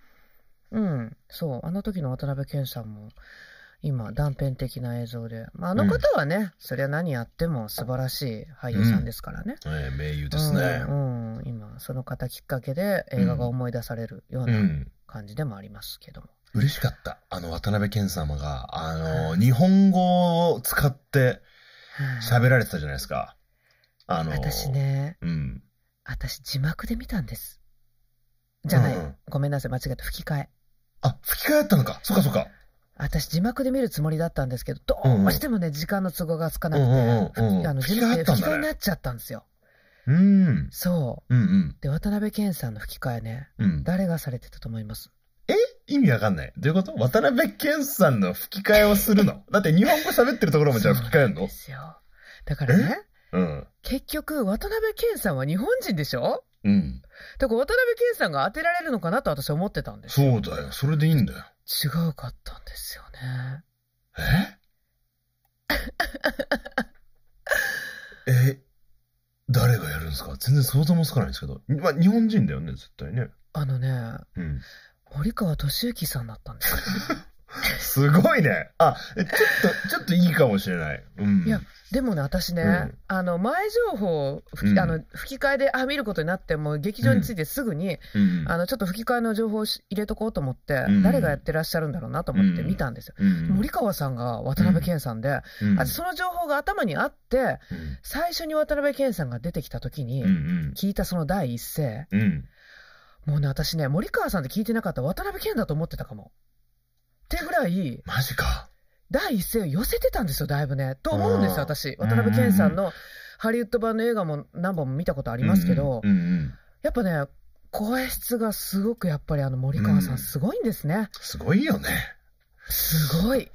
[SPEAKER 2] うんそう、あの時の渡辺謙さんも、今、断片的な映像で、まあ、あの方はね、そりゃ何やっても素晴らしい俳優さんですからね。
[SPEAKER 1] うんうんうん。ええ名優ですね
[SPEAKER 2] う。んうん今その方きっかけで映画が思い出されるよう
[SPEAKER 1] う。
[SPEAKER 2] なん感じでもありますけども、
[SPEAKER 1] 嬉しかった。あの、渡辺謙様が、あの、日本語を使って喋られてたじゃないですか。あの、
[SPEAKER 2] 私。ね、
[SPEAKER 1] うん。
[SPEAKER 2] 私字幕で見たんです。じゃない、
[SPEAKER 1] うんうん
[SPEAKER 2] ごめんなさい、間違って吹き替え。
[SPEAKER 1] あ、吹き替えやったのか。そっかそっか。
[SPEAKER 2] 私字幕で見るつもりだったんですけど、ど
[SPEAKER 1] うんうん
[SPEAKER 2] うしてもね、時間の都合がつか
[SPEAKER 1] うん
[SPEAKER 2] な
[SPEAKER 1] う
[SPEAKER 2] くて、
[SPEAKER 1] んうん
[SPEAKER 2] あ
[SPEAKER 1] うん。
[SPEAKER 2] の
[SPEAKER 1] 吹
[SPEAKER 2] 字
[SPEAKER 1] き替えや
[SPEAKER 2] 幕で
[SPEAKER 1] ったん
[SPEAKER 2] 吹き替え
[SPEAKER 1] だ
[SPEAKER 2] にな
[SPEAKER 1] ね。
[SPEAKER 2] っちゃったんですよ。
[SPEAKER 1] うん。
[SPEAKER 2] そ
[SPEAKER 1] うんうん。
[SPEAKER 2] う。で、渡辺謙さんの吹き替えね、
[SPEAKER 1] うん。
[SPEAKER 2] 誰がされてたと思います
[SPEAKER 1] 意味わかんない。どういうこと渡辺謙さんの吹き替えをするのだって日本語喋ってるところもじゃあ吹き替える
[SPEAKER 2] そうなん
[SPEAKER 1] の
[SPEAKER 2] ですよ。だからね、
[SPEAKER 1] うん。
[SPEAKER 2] 結局、渡辺謙さんは日本人でしょ
[SPEAKER 1] うん。
[SPEAKER 2] だから渡辺謙さんが当てられるのかなと私は思ってたんですよ。
[SPEAKER 1] そうだよ。それでいいんだよ。
[SPEAKER 2] 違うかったんですよね。
[SPEAKER 1] え え、誰がやるんですか全然想像もつかないんですけど。まあ、日本人だよね、絶対ね。
[SPEAKER 2] あのね、
[SPEAKER 1] うん。
[SPEAKER 2] 堀川俊之さんだったんですよ。
[SPEAKER 1] すごいね。あ、えちょっと、ちょっといいかもしれない。うん。
[SPEAKER 2] いやでもね、私ね、
[SPEAKER 1] うん
[SPEAKER 2] あの、前情報、吹
[SPEAKER 1] うん
[SPEAKER 2] きあの吹き替えで、あ、見ることになって、もう劇場に着いてすぐに、
[SPEAKER 1] うん。
[SPEAKER 2] あの、ちょっと吹き替えの情報をし入れとこうと思って、
[SPEAKER 1] うん
[SPEAKER 2] 誰がやってらっしゃるんだろうなと思って見たんですよ。
[SPEAKER 1] うん、
[SPEAKER 2] 森川さんが渡辺謙さんで、
[SPEAKER 1] うん、
[SPEAKER 2] あその情報が頭にあって、
[SPEAKER 1] うん。
[SPEAKER 2] 最初に渡辺謙さんが出てきた時に、
[SPEAKER 1] うん。
[SPEAKER 2] 聞いたその第一声、
[SPEAKER 1] うん。うん。
[SPEAKER 2] もうね、私ね、森川さんって聞いてなかったら渡辺謙だと思ってたかも。ってぐらい、
[SPEAKER 1] マジか。
[SPEAKER 2] 第一声を寄せてたんですよ、だいぶね。と思うんです
[SPEAKER 1] あー
[SPEAKER 2] よ、私。渡辺謙さんのハリウッド版の映画も何本も見たことありますけど、
[SPEAKER 1] うんうんうん。
[SPEAKER 2] やっぱね、声質がすごくやっぱりあの森川さ
[SPEAKER 1] うん
[SPEAKER 2] んすごいんですね。
[SPEAKER 1] すごいよね。
[SPEAKER 2] すごい。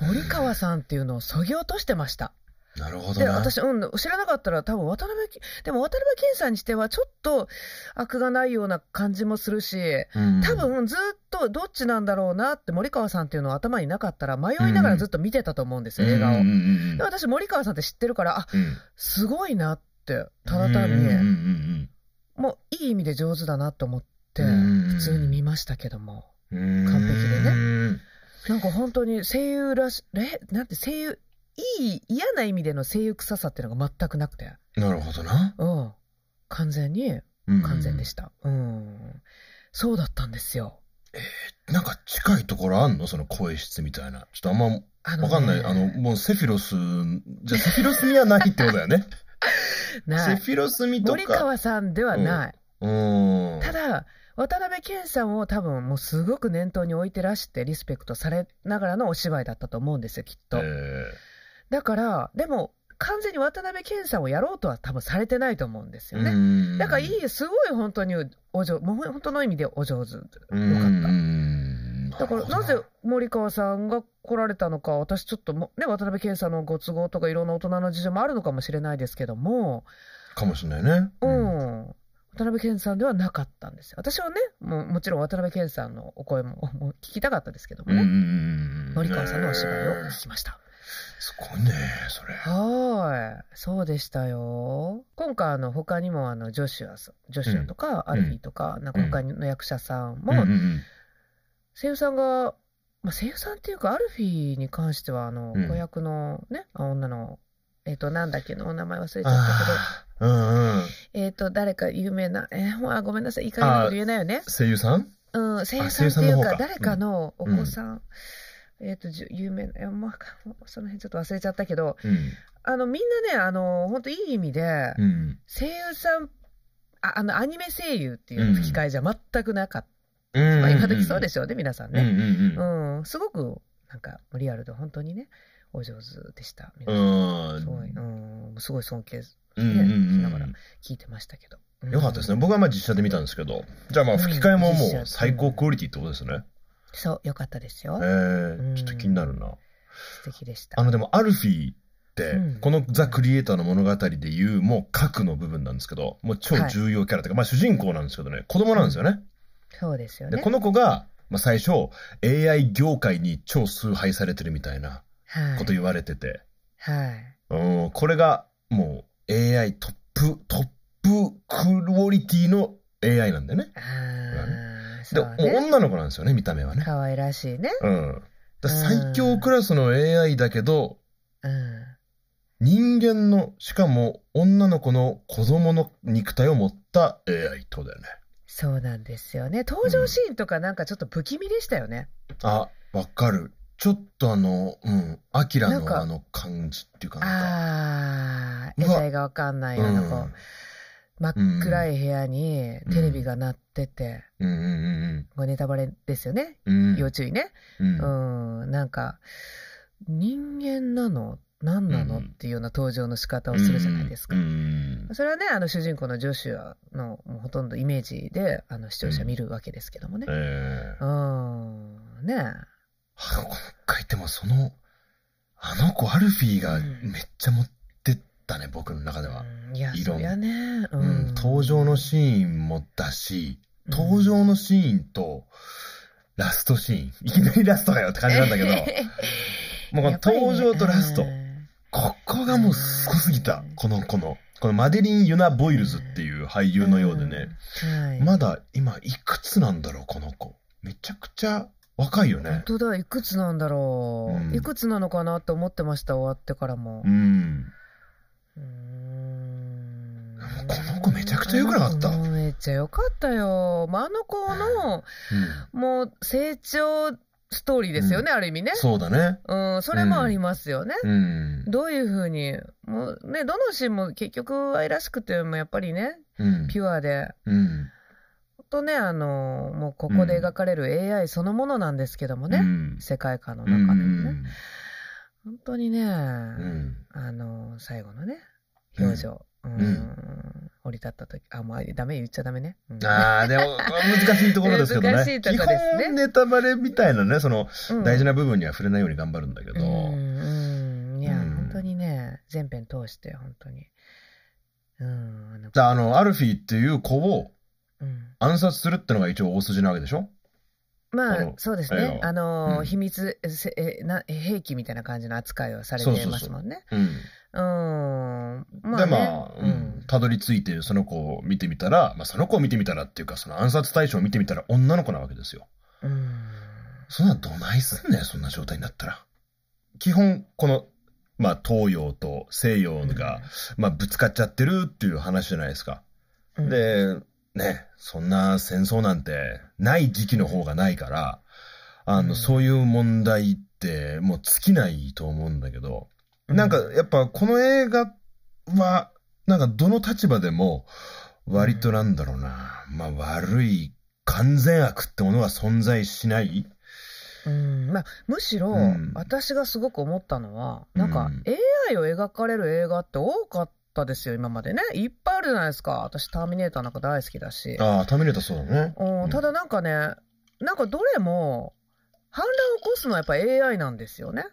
[SPEAKER 2] 森川さんっていうのをそぎ落としてました。
[SPEAKER 1] なるほど
[SPEAKER 2] で、
[SPEAKER 1] な。
[SPEAKER 2] 私、うん、知らなかったら多分渡辺謙、でも渡辺謙さんにしてはちょっと悪がないような感じもするし、
[SPEAKER 1] うん
[SPEAKER 2] 多分ずっとどっちなんだろうなって森川さんっていうのは頭になかったら迷いながらずっと見てたと思うんですよ、映画を。
[SPEAKER 1] うんう
[SPEAKER 2] で
[SPEAKER 1] んうんうん
[SPEAKER 2] 私森川さんって知ってるから、あ、
[SPEAKER 1] うん
[SPEAKER 2] すごいなって、ただ単
[SPEAKER 1] うんうんうん
[SPEAKER 2] に、
[SPEAKER 1] うん
[SPEAKER 2] もういい意味で上手だなと思って、
[SPEAKER 1] うん
[SPEAKER 2] 普通に見ましたけども。
[SPEAKER 1] 完
[SPEAKER 2] 完璧でなんか本当に声優らし、え、なんて声優、いい、嫌な意味での声優臭さっていうのが全くなくて、
[SPEAKER 1] なるほどな。
[SPEAKER 2] うん。完全に、完全でした。うん。そうだったんですよ。
[SPEAKER 1] た。なんか近いところあんのその声質みたいな。ちょっとあんまわ
[SPEAKER 2] あね
[SPEAKER 1] かんない。あの、もうセフィロス、じゃあセフィロスにはないってことだよ ね。
[SPEAKER 2] な
[SPEAKER 1] セ
[SPEAKER 2] い。
[SPEAKER 1] フィロスみと
[SPEAKER 2] 森
[SPEAKER 1] か。
[SPEAKER 2] 川さんではない。
[SPEAKER 1] うーん。
[SPEAKER 2] ただ、渡辺謙さんを多分もうすごく念頭に置いてらしてリスペクトされながらのお芝居だったと思うんですよ、きっと。
[SPEAKER 1] え
[SPEAKER 2] だから、でも完全に渡辺謙さんをやろうとは多分されてないと思うんです
[SPEAKER 1] ー
[SPEAKER 2] よね。
[SPEAKER 1] うん
[SPEAKER 2] だからいい、すごい本当にお上もう本当の意味でお上手。
[SPEAKER 1] うん
[SPEAKER 2] よかった
[SPEAKER 1] うん
[SPEAKER 2] だからなぜ森川さんが来られたのか、私ちょっとも、ね、渡辺謙さんのご都合とかいろんな大人の事情もあるのかもしれないですけども、
[SPEAKER 1] かもしれないね。う
[SPEAKER 2] う
[SPEAKER 1] ん
[SPEAKER 2] ん、渡辺謙さんではなかったんですよ。私はね、もうもちろん渡辺謙さんのお声ももう聞きたかったですけども
[SPEAKER 1] うんう
[SPEAKER 2] ね、
[SPEAKER 1] ん。
[SPEAKER 2] 森川さんのお芝居を
[SPEAKER 1] ねえ
[SPEAKER 2] 聞きました。
[SPEAKER 1] すごいね、それ。
[SPEAKER 2] はーい、そうでしたよ。今回、あの他にもあのジョシュアさん、ジョシュアとか、アルフィーとか、なんか他の役者さんも、
[SPEAKER 1] うんうんうん
[SPEAKER 2] 声優さんが、まあ、声優さんっていうか、アルフィーに関しては、あの、
[SPEAKER 1] うん
[SPEAKER 2] 子役のね、あ女の、えっ、と、なんだっけの、お名前忘れちゃったけ
[SPEAKER 1] あ
[SPEAKER 2] ど、
[SPEAKER 1] ーうんうん。
[SPEAKER 2] えっ、と、誰か有名な、えー、あごめんなさい、いい加減なこと言えないよね。
[SPEAKER 1] 声優さん
[SPEAKER 2] うん、声優
[SPEAKER 1] あ声
[SPEAKER 2] さん
[SPEAKER 1] 優
[SPEAKER 2] って
[SPEAKER 1] さん
[SPEAKER 2] い
[SPEAKER 1] の
[SPEAKER 2] う
[SPEAKER 1] 方
[SPEAKER 2] か、
[SPEAKER 1] か
[SPEAKER 2] 誰かのお
[SPEAKER 1] うん
[SPEAKER 2] 子さん、えっ、と、じゅ有名な、えーまあ、その辺ちょっと忘れちゃったけど、
[SPEAKER 1] うん。
[SPEAKER 2] あの、みんなね、あの、本当いい意味で、
[SPEAKER 1] うん。
[SPEAKER 2] 声優さん、ああの、アニメ声優っていう吹き替えじゃ全くなかった。まあ、今時そうですしょうね、皆さんね。
[SPEAKER 1] ね。うんうんうん
[SPEAKER 2] うん、すごくなんかリアルで本当にね、お上手でした。皆
[SPEAKER 1] う
[SPEAKER 2] さん
[SPEAKER 1] ん
[SPEAKER 2] すごい、うん、すごい尊敬ね
[SPEAKER 1] うんうんうん
[SPEAKER 2] しながら聞いてましたけど。
[SPEAKER 1] よかったです
[SPEAKER 2] ね。
[SPEAKER 1] ね。僕はまあ実写で見たんですけど、じゃあまあ吹き替えも
[SPEAKER 2] うん実
[SPEAKER 1] もう
[SPEAKER 2] 写
[SPEAKER 1] 最高クオリティってことですね。
[SPEAKER 2] そう、よかったですよ
[SPEAKER 1] え。ー、ちょっと気になるな。
[SPEAKER 2] 素敵でした。
[SPEAKER 1] あのでもアルフィーって
[SPEAKER 2] うん、
[SPEAKER 1] このザ・クリエイターの物語でいうもう核の部分なんですけど、もう超重要キャラというか、まあ主人公なんですけどね、子供なんですよね。
[SPEAKER 2] そうですよ
[SPEAKER 1] で、
[SPEAKER 2] ね。
[SPEAKER 1] この子が、まあ最初 AI 業界に超崇拝されてるみたいな
[SPEAKER 2] はい
[SPEAKER 1] こと言われてて、
[SPEAKER 2] はい。
[SPEAKER 1] うん、これがもう AI トップ、トップクオリティの AI なんでね。
[SPEAKER 2] ああ、
[SPEAKER 1] で、
[SPEAKER 2] そうね。
[SPEAKER 1] 女の子なんですよね、見た目はね。
[SPEAKER 2] 可愛らしいね。
[SPEAKER 1] うん。だ最強クラスの AI だけど、
[SPEAKER 2] うん。
[SPEAKER 1] 人間の、しかも女の子の子供の肉体を持った AI ってことだよね。
[SPEAKER 2] そうなんですよね。登場シーンとかなんかちょっと不気味でしたよね。
[SPEAKER 1] あ、わかる。ちょっとあの、うん、アキラ
[SPEAKER 2] なん
[SPEAKER 1] の
[SPEAKER 2] か
[SPEAKER 1] あの感じっていうかなんか。
[SPEAKER 2] ああ、
[SPEAKER 1] う
[SPEAKER 2] 得
[SPEAKER 1] わ
[SPEAKER 2] 体がわかんないようなこう、真っ暗い部屋にテレビが鳴ってて、
[SPEAKER 1] うんうんうん
[SPEAKER 2] これネタバレですよね。
[SPEAKER 1] うん。うん
[SPEAKER 2] 要注意ね。
[SPEAKER 1] うん
[SPEAKER 2] うん、なんか、人間なの何なの、
[SPEAKER 1] うん
[SPEAKER 2] っていうような登場の仕方をするじゃないですか。
[SPEAKER 1] うんうん
[SPEAKER 2] それはね、あの主人公のジョシュアのもうほとんどイメージであの視聴者見るわけですけどもね
[SPEAKER 1] え。え
[SPEAKER 2] うん、ねえ
[SPEAKER 1] あの子書いてもその、あの子アルフィーがめっちゃ持ってったね、僕の中では。
[SPEAKER 2] うんいや、
[SPEAKER 1] 色
[SPEAKER 2] そ
[SPEAKER 1] も
[SPEAKER 2] りゃね、う
[SPEAKER 1] うん、
[SPEAKER 2] ん。
[SPEAKER 1] 登場のシーンもだし、登場のシーンと、ラストシーン。いきなりラストかよって感じなんだけど、 もうこの登場とラスト。ここがもうすごすぎた
[SPEAKER 2] うん。
[SPEAKER 1] この子の、このマデリン・ユナ・ボイルズっていう俳優のようでね、。
[SPEAKER 2] はい。
[SPEAKER 1] まだ今いくつなんだろう、この子。めちゃくちゃ若いよね。
[SPEAKER 2] 本当だ、いくつなんだろう。
[SPEAKER 1] うん
[SPEAKER 2] いくつなのかなと思ってました、終わってからも
[SPEAKER 1] う。ん。
[SPEAKER 2] うーん
[SPEAKER 1] この子めちゃくちゃ良くなかった
[SPEAKER 2] あの子めっちゃ良かったよ。まあ、あの子の、
[SPEAKER 1] うん
[SPEAKER 2] もう成長ストーリーですよね、ある意味ね。
[SPEAKER 1] そうだね。
[SPEAKER 2] うん、それもありますよね。
[SPEAKER 1] うん。
[SPEAKER 2] どういうふうに、もうね、どのシーンも結局愛らしくてもやっぱりね、
[SPEAKER 1] うん。
[SPEAKER 2] ピュアで、
[SPEAKER 1] うん。
[SPEAKER 2] ほんとね、あの、もうここで描かれる AI そのものなんですけどもね、
[SPEAKER 1] うん
[SPEAKER 2] 世界観の
[SPEAKER 1] う
[SPEAKER 2] 中でもね、
[SPEAKER 1] ん。
[SPEAKER 2] 本当にね、
[SPEAKER 1] うん。
[SPEAKER 2] あの、最後のね、表情。うん降り立った時あ、もうダメ、言っちゃダメね。うん
[SPEAKER 1] ああ、でも、難しいところですけど
[SPEAKER 2] 難しい
[SPEAKER 1] ね。
[SPEAKER 2] とこ
[SPEAKER 1] 基
[SPEAKER 2] ですね
[SPEAKER 1] 本ネタバレみたいなね、その、
[SPEAKER 2] うん
[SPEAKER 1] 大事な部分には触れないように頑張るんだけど、
[SPEAKER 2] うんうんいや、
[SPEAKER 1] うん
[SPEAKER 2] 本当にね、全編通して、本当に。うん、あの
[SPEAKER 1] だあの、アルフィーっていう子を
[SPEAKER 2] うん
[SPEAKER 1] 暗殺するってのが一応大筋なわけでしょ
[SPEAKER 2] ま
[SPEAKER 1] あ
[SPEAKER 2] あ
[SPEAKER 1] の、
[SPEAKER 2] そうです
[SPEAKER 1] あれ
[SPEAKER 2] ね。
[SPEAKER 1] は
[SPEAKER 2] あのー、
[SPEAKER 1] うん
[SPEAKER 2] 秘密えせえな、兵器みたいな感じの扱いをされ
[SPEAKER 1] そうそうそ
[SPEAKER 2] て
[SPEAKER 1] う
[SPEAKER 2] ますもんね。
[SPEAKER 1] うん。
[SPEAKER 2] うん。
[SPEAKER 1] で、
[SPEAKER 2] ね
[SPEAKER 1] まあ、うん。たどり着いてその子を見てみたら、まあ、その子を見てみたらっていうか、その暗殺対象を見てみたら女の子なわけですよ。
[SPEAKER 2] うん。うん
[SPEAKER 1] そんなどないすんねん、そんな状態になったら。基本、この、まあ、東洋と西洋が、まあ、ぶつかっちゃってるっていう話じゃないですか。
[SPEAKER 2] うん
[SPEAKER 1] で、ね、そんな戦争なんてない時期の方がないから、あの、
[SPEAKER 2] うん
[SPEAKER 1] そういう問題ってもう尽きないと思うんだけど、なんかやっぱこの映画は、なんかどの立場でも、割となんだろうな、まあ悪い完全悪ってものは存在しない。
[SPEAKER 2] うんまあ、むしろ、
[SPEAKER 1] うん
[SPEAKER 2] 私がすごく思ったのは、なん
[SPEAKER 1] う
[SPEAKER 2] か
[SPEAKER 1] ん
[SPEAKER 2] AI を描かれる映画って多かったですよ、今までね。いっぱいあるじゃないですか。私、ターミネーターなんか大好きだし。
[SPEAKER 1] ああ、ターミネーターそうだね。
[SPEAKER 2] うん、ただなんかね、なんかどれも、反乱を起こすのはやっぱ AI なんですよね。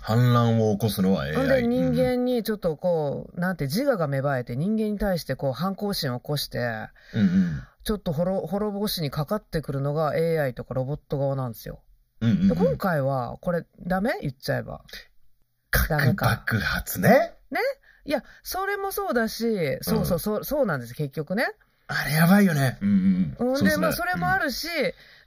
[SPEAKER 1] 反乱を起こすのは AI。
[SPEAKER 2] ほんで人
[SPEAKER 1] うん、
[SPEAKER 2] 間にちょっとこう、なんて自我が芽生えて人間に対してこう反抗心を起こして、
[SPEAKER 1] うん
[SPEAKER 2] ちょっと滅滅ぼしにかかってくるのが AI とかロボット側なんですよ。
[SPEAKER 1] うん。うんうん
[SPEAKER 2] で
[SPEAKER 1] うん
[SPEAKER 2] 今回は、これダメ言っちゃえば。ダメ
[SPEAKER 1] 核
[SPEAKER 2] か
[SPEAKER 1] 爆発ね。
[SPEAKER 2] いや、それもそうだし、そうそうそう、そうなんです、結局ね。
[SPEAKER 1] あれやばいよね。うん
[SPEAKER 2] うん、
[SPEAKER 1] う
[SPEAKER 2] で、まあ、それもあ
[SPEAKER 1] る。
[SPEAKER 2] るし、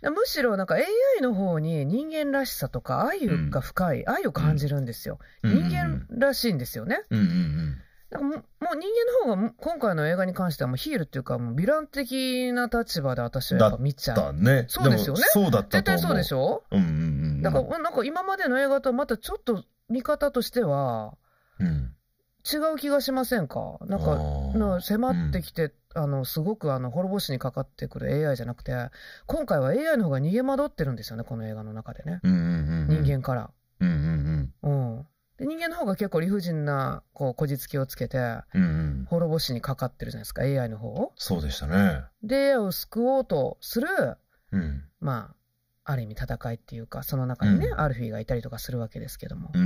[SPEAKER 2] むしろなんか AI の方に人間らしさとか愛が深い、愛を感じるんですよ。
[SPEAKER 1] うん
[SPEAKER 2] 人間らしいんですよね。
[SPEAKER 1] うんうんうん。
[SPEAKER 2] なんかもうもう人間の方が今回の映画に関してはもうヒールっていうか、もうヴィラン的な立場で私はやっぱ見ちゃう。
[SPEAKER 1] だね。
[SPEAKER 2] そうですよね
[SPEAKER 1] もそうだった
[SPEAKER 2] 絶
[SPEAKER 1] と思う。
[SPEAKER 2] 対そうでし
[SPEAKER 1] ょ。
[SPEAKER 2] ょ、
[SPEAKER 1] うんうんうん。
[SPEAKER 2] だから、なんか今までの映画とはまたちょっと見方としては
[SPEAKER 1] うん、
[SPEAKER 2] 違う気がしませんかなんか、の
[SPEAKER 1] か
[SPEAKER 2] 迫ってきて、あのすごくあの滅ぼしにかかってくる AI じゃなくて今回は AI の方が逃げ惑ってるんですよねこの映画の中でね
[SPEAKER 1] うんうんうん、
[SPEAKER 2] 人。間から、
[SPEAKER 1] うんうん
[SPEAKER 2] うんで人間の方が結構理不尽なこうこじつけをつけて
[SPEAKER 1] うん。うんうん。
[SPEAKER 2] 滅ぼしにかかってるじゃないですか AI の方を
[SPEAKER 1] そうでしたね。
[SPEAKER 2] で AI を救おうとする
[SPEAKER 1] うん。
[SPEAKER 2] まあある意味戦いっていうかその中にね、
[SPEAKER 1] うん
[SPEAKER 2] アルフィーがいたりとかするわけですけども
[SPEAKER 1] う、ん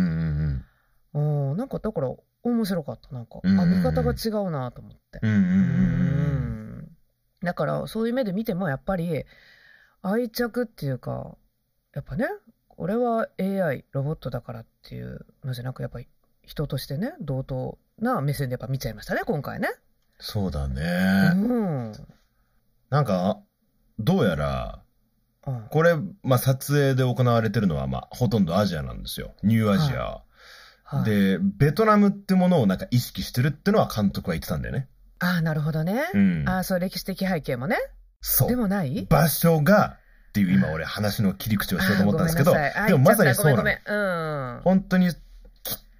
[SPEAKER 1] うん
[SPEAKER 2] うん、なんかだから面白かったなんか、
[SPEAKER 1] うんうん
[SPEAKER 2] あ
[SPEAKER 1] うん
[SPEAKER 2] 見方が違うなと思って。
[SPEAKER 1] うん。うんうんうん
[SPEAKER 2] だからそういう目で見てもやっぱり愛着っていうかやっぱね俺は AI ロボットだからっていうのじゃなくやっぱり人としてね同等な目線でやっぱ見ちゃいましたね今回ね。
[SPEAKER 1] そうだね。
[SPEAKER 2] うん、
[SPEAKER 1] なんか、どうやら、
[SPEAKER 2] うん
[SPEAKER 1] これ、まあ、撮影で行われてるのは、まあ、ほとんどアジアなんですよ。ニューアジア。
[SPEAKER 2] はい、
[SPEAKER 1] で、ベトナムってものをなんか意識してるってのは監督は言ってたんだよね。
[SPEAKER 2] ああなるほどね。
[SPEAKER 1] うん。
[SPEAKER 2] ああそう歴史的背景もね。
[SPEAKER 1] そう。
[SPEAKER 2] でもない
[SPEAKER 1] 場所がっていう今俺話の切り口をしようと思ったんですけど、
[SPEAKER 2] あーごめなさ
[SPEAKER 1] でもまさ
[SPEAKER 2] いあー
[SPEAKER 1] にそうなの
[SPEAKER 2] ごめんごめんうん
[SPEAKER 1] 本当にきっ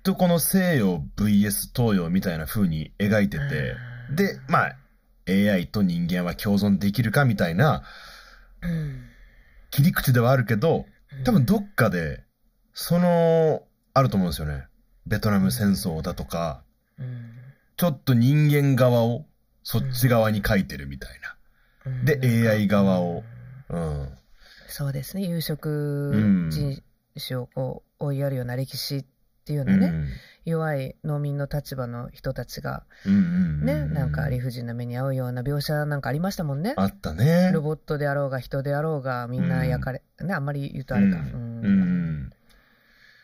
[SPEAKER 1] とこの西洋 VS 東洋みたいな風に描いてて、で、まあ、AI と人間は共存できるかみたいな
[SPEAKER 2] うん
[SPEAKER 1] 切り口ではあるけど、多分どっかで、その、あると思うんですよね。ベトナム戦争だとか、
[SPEAKER 2] うん
[SPEAKER 1] ちょっと人間側をそっち側に書いてるみたい
[SPEAKER 2] うん
[SPEAKER 1] で AI 側をな。うん。
[SPEAKER 2] そうですね有色人種をこう追いやるような歴史っていうよう
[SPEAKER 1] う
[SPEAKER 2] なね、
[SPEAKER 1] ん。
[SPEAKER 2] 弱い農民の立場の人たちが
[SPEAKER 1] うんうん。
[SPEAKER 2] ね、なんか理不尽な目に遭うような描写なんかありましたもんね
[SPEAKER 1] あったね。
[SPEAKER 2] ロボットであろうが人であろうがみんな焼かれ、ねあんまり言うとあれか、
[SPEAKER 1] うんうん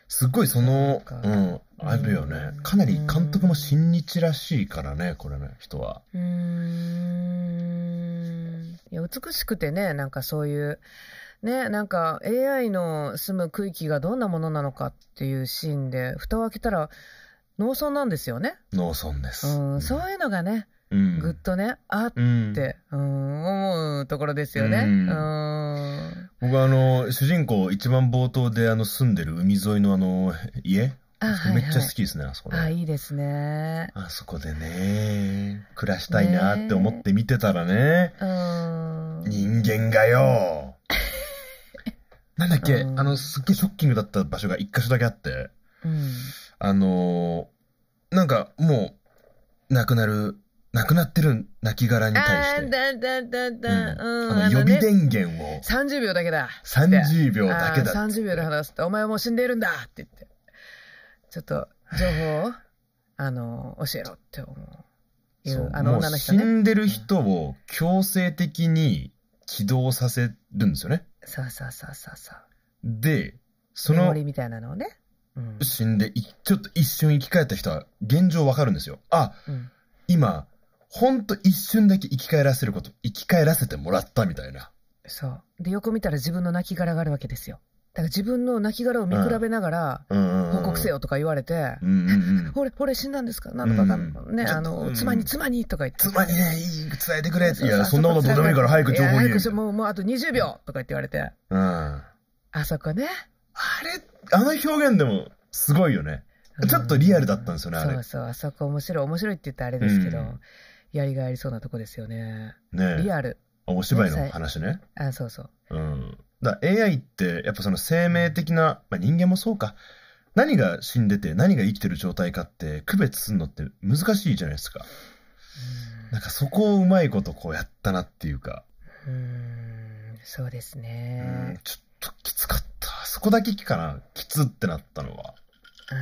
[SPEAKER 1] すごいその、
[SPEAKER 2] そ
[SPEAKER 1] う
[SPEAKER 2] うか
[SPEAKER 1] ん、あるよね
[SPEAKER 2] うん。
[SPEAKER 1] かなり監督も新日らしいからね、これね、人は。
[SPEAKER 2] うーんいや美しくてねなんかそういうねなんか AI の住む区域がどんなものなのかっていうシーンで蓋を開けたら農村なんですよね、
[SPEAKER 1] 農村です。
[SPEAKER 2] うん、そういうのがね
[SPEAKER 1] うん
[SPEAKER 2] ぐっとねあっ
[SPEAKER 1] うん
[SPEAKER 2] て、うん、思うところですよね。う
[SPEAKER 1] うんん僕はあの、主人公一番冒頭であの住んでる海沿いのあの、家
[SPEAKER 2] あはいはい
[SPEAKER 1] めっちゃ好きですね、あそこ
[SPEAKER 2] あ
[SPEAKER 1] ね。
[SPEAKER 2] いいですね。
[SPEAKER 1] あそこでね、暮らしたいなって思って見てたらね、
[SPEAKER 2] うん
[SPEAKER 1] 人間がよ。なんだっけ、
[SPEAKER 2] うん
[SPEAKER 1] あの、すっげえショッキングだった場所が一箇所だけあって、
[SPEAKER 2] うん
[SPEAKER 1] あのーなんかもう、亡くなる、亡くなってる亡骸に対
[SPEAKER 2] あ
[SPEAKER 1] し
[SPEAKER 2] ー
[SPEAKER 1] て、
[SPEAKER 2] だんだんだん
[SPEAKER 1] うん
[SPEAKER 2] だんうん
[SPEAKER 1] あの予備
[SPEAKER 2] ね
[SPEAKER 1] 電源を
[SPEAKER 2] 30秒だけだ
[SPEAKER 1] 30秒だけだっつって
[SPEAKER 2] あー30秒で話すと「お前はもう死んでいるんだ!」って言ってちょっと情報をあの教えろって思うい
[SPEAKER 1] そうう
[SPEAKER 2] あの
[SPEAKER 1] もう
[SPEAKER 2] 女の人
[SPEAKER 1] 死
[SPEAKER 2] ね
[SPEAKER 1] んでる人を強制的に起動させるんですよね。
[SPEAKER 2] そうそうそうそうそう
[SPEAKER 1] で、そ
[SPEAKER 2] メモ
[SPEAKER 1] の
[SPEAKER 2] リみたいなのをねうん
[SPEAKER 1] 死んでい、ちょっと一瞬生き返った人は現状わかるんですよ。あ、
[SPEAKER 2] うん
[SPEAKER 1] 今、ほんと一瞬だけ生き返らせること、生き返らせてもらったみたいな。
[SPEAKER 2] そうで横見たら自分の亡骸があるわけですよだから自分の亡骸を見比べながら「報
[SPEAKER 1] 報
[SPEAKER 2] 告せ。よ」とか言われて
[SPEAKER 1] うんうんうん
[SPEAKER 2] 「。俺俺死んだんですか?」なんとかかん
[SPEAKER 1] うん
[SPEAKER 2] ね
[SPEAKER 1] ちょっと
[SPEAKER 2] あの
[SPEAKER 1] うん
[SPEAKER 2] 妻に妻に」とか言って
[SPEAKER 1] 妻にね、いい伝えてくれって。い
[SPEAKER 2] そう
[SPEAKER 1] や、
[SPEAKER 2] そう
[SPEAKER 1] そんなことどうでもいいから早く情報
[SPEAKER 2] いや
[SPEAKER 1] 入れ
[SPEAKER 2] 早
[SPEAKER 1] る
[SPEAKER 2] くしてもうもうあと20秒とか言って言われて
[SPEAKER 1] うん。あ
[SPEAKER 2] あそこね
[SPEAKER 1] れ、あの表現でもすごいよね。ちょっとリアルだったんですよねあれ
[SPEAKER 2] そうそう、あそこ面白い、面白いって言ったらあれですけど、
[SPEAKER 1] うん
[SPEAKER 2] やりがいありそうなとこですよね。
[SPEAKER 1] ね
[SPEAKER 2] リアル。
[SPEAKER 1] あお芝居の話ね。
[SPEAKER 2] あ、そうそう。
[SPEAKER 1] うん。だから AI って、やっぱその生命的な、まあ、人間もそうか。何が死んでて、何が生きてる状態かって、区別するのって難しいじゃないですか。なんかそこをうまいことこうやったなっていうか。
[SPEAKER 2] うーん、そうです
[SPEAKER 1] うん
[SPEAKER 2] ね。
[SPEAKER 1] ちょっときつかった。そこだけかな。きつってなったのは。
[SPEAKER 2] う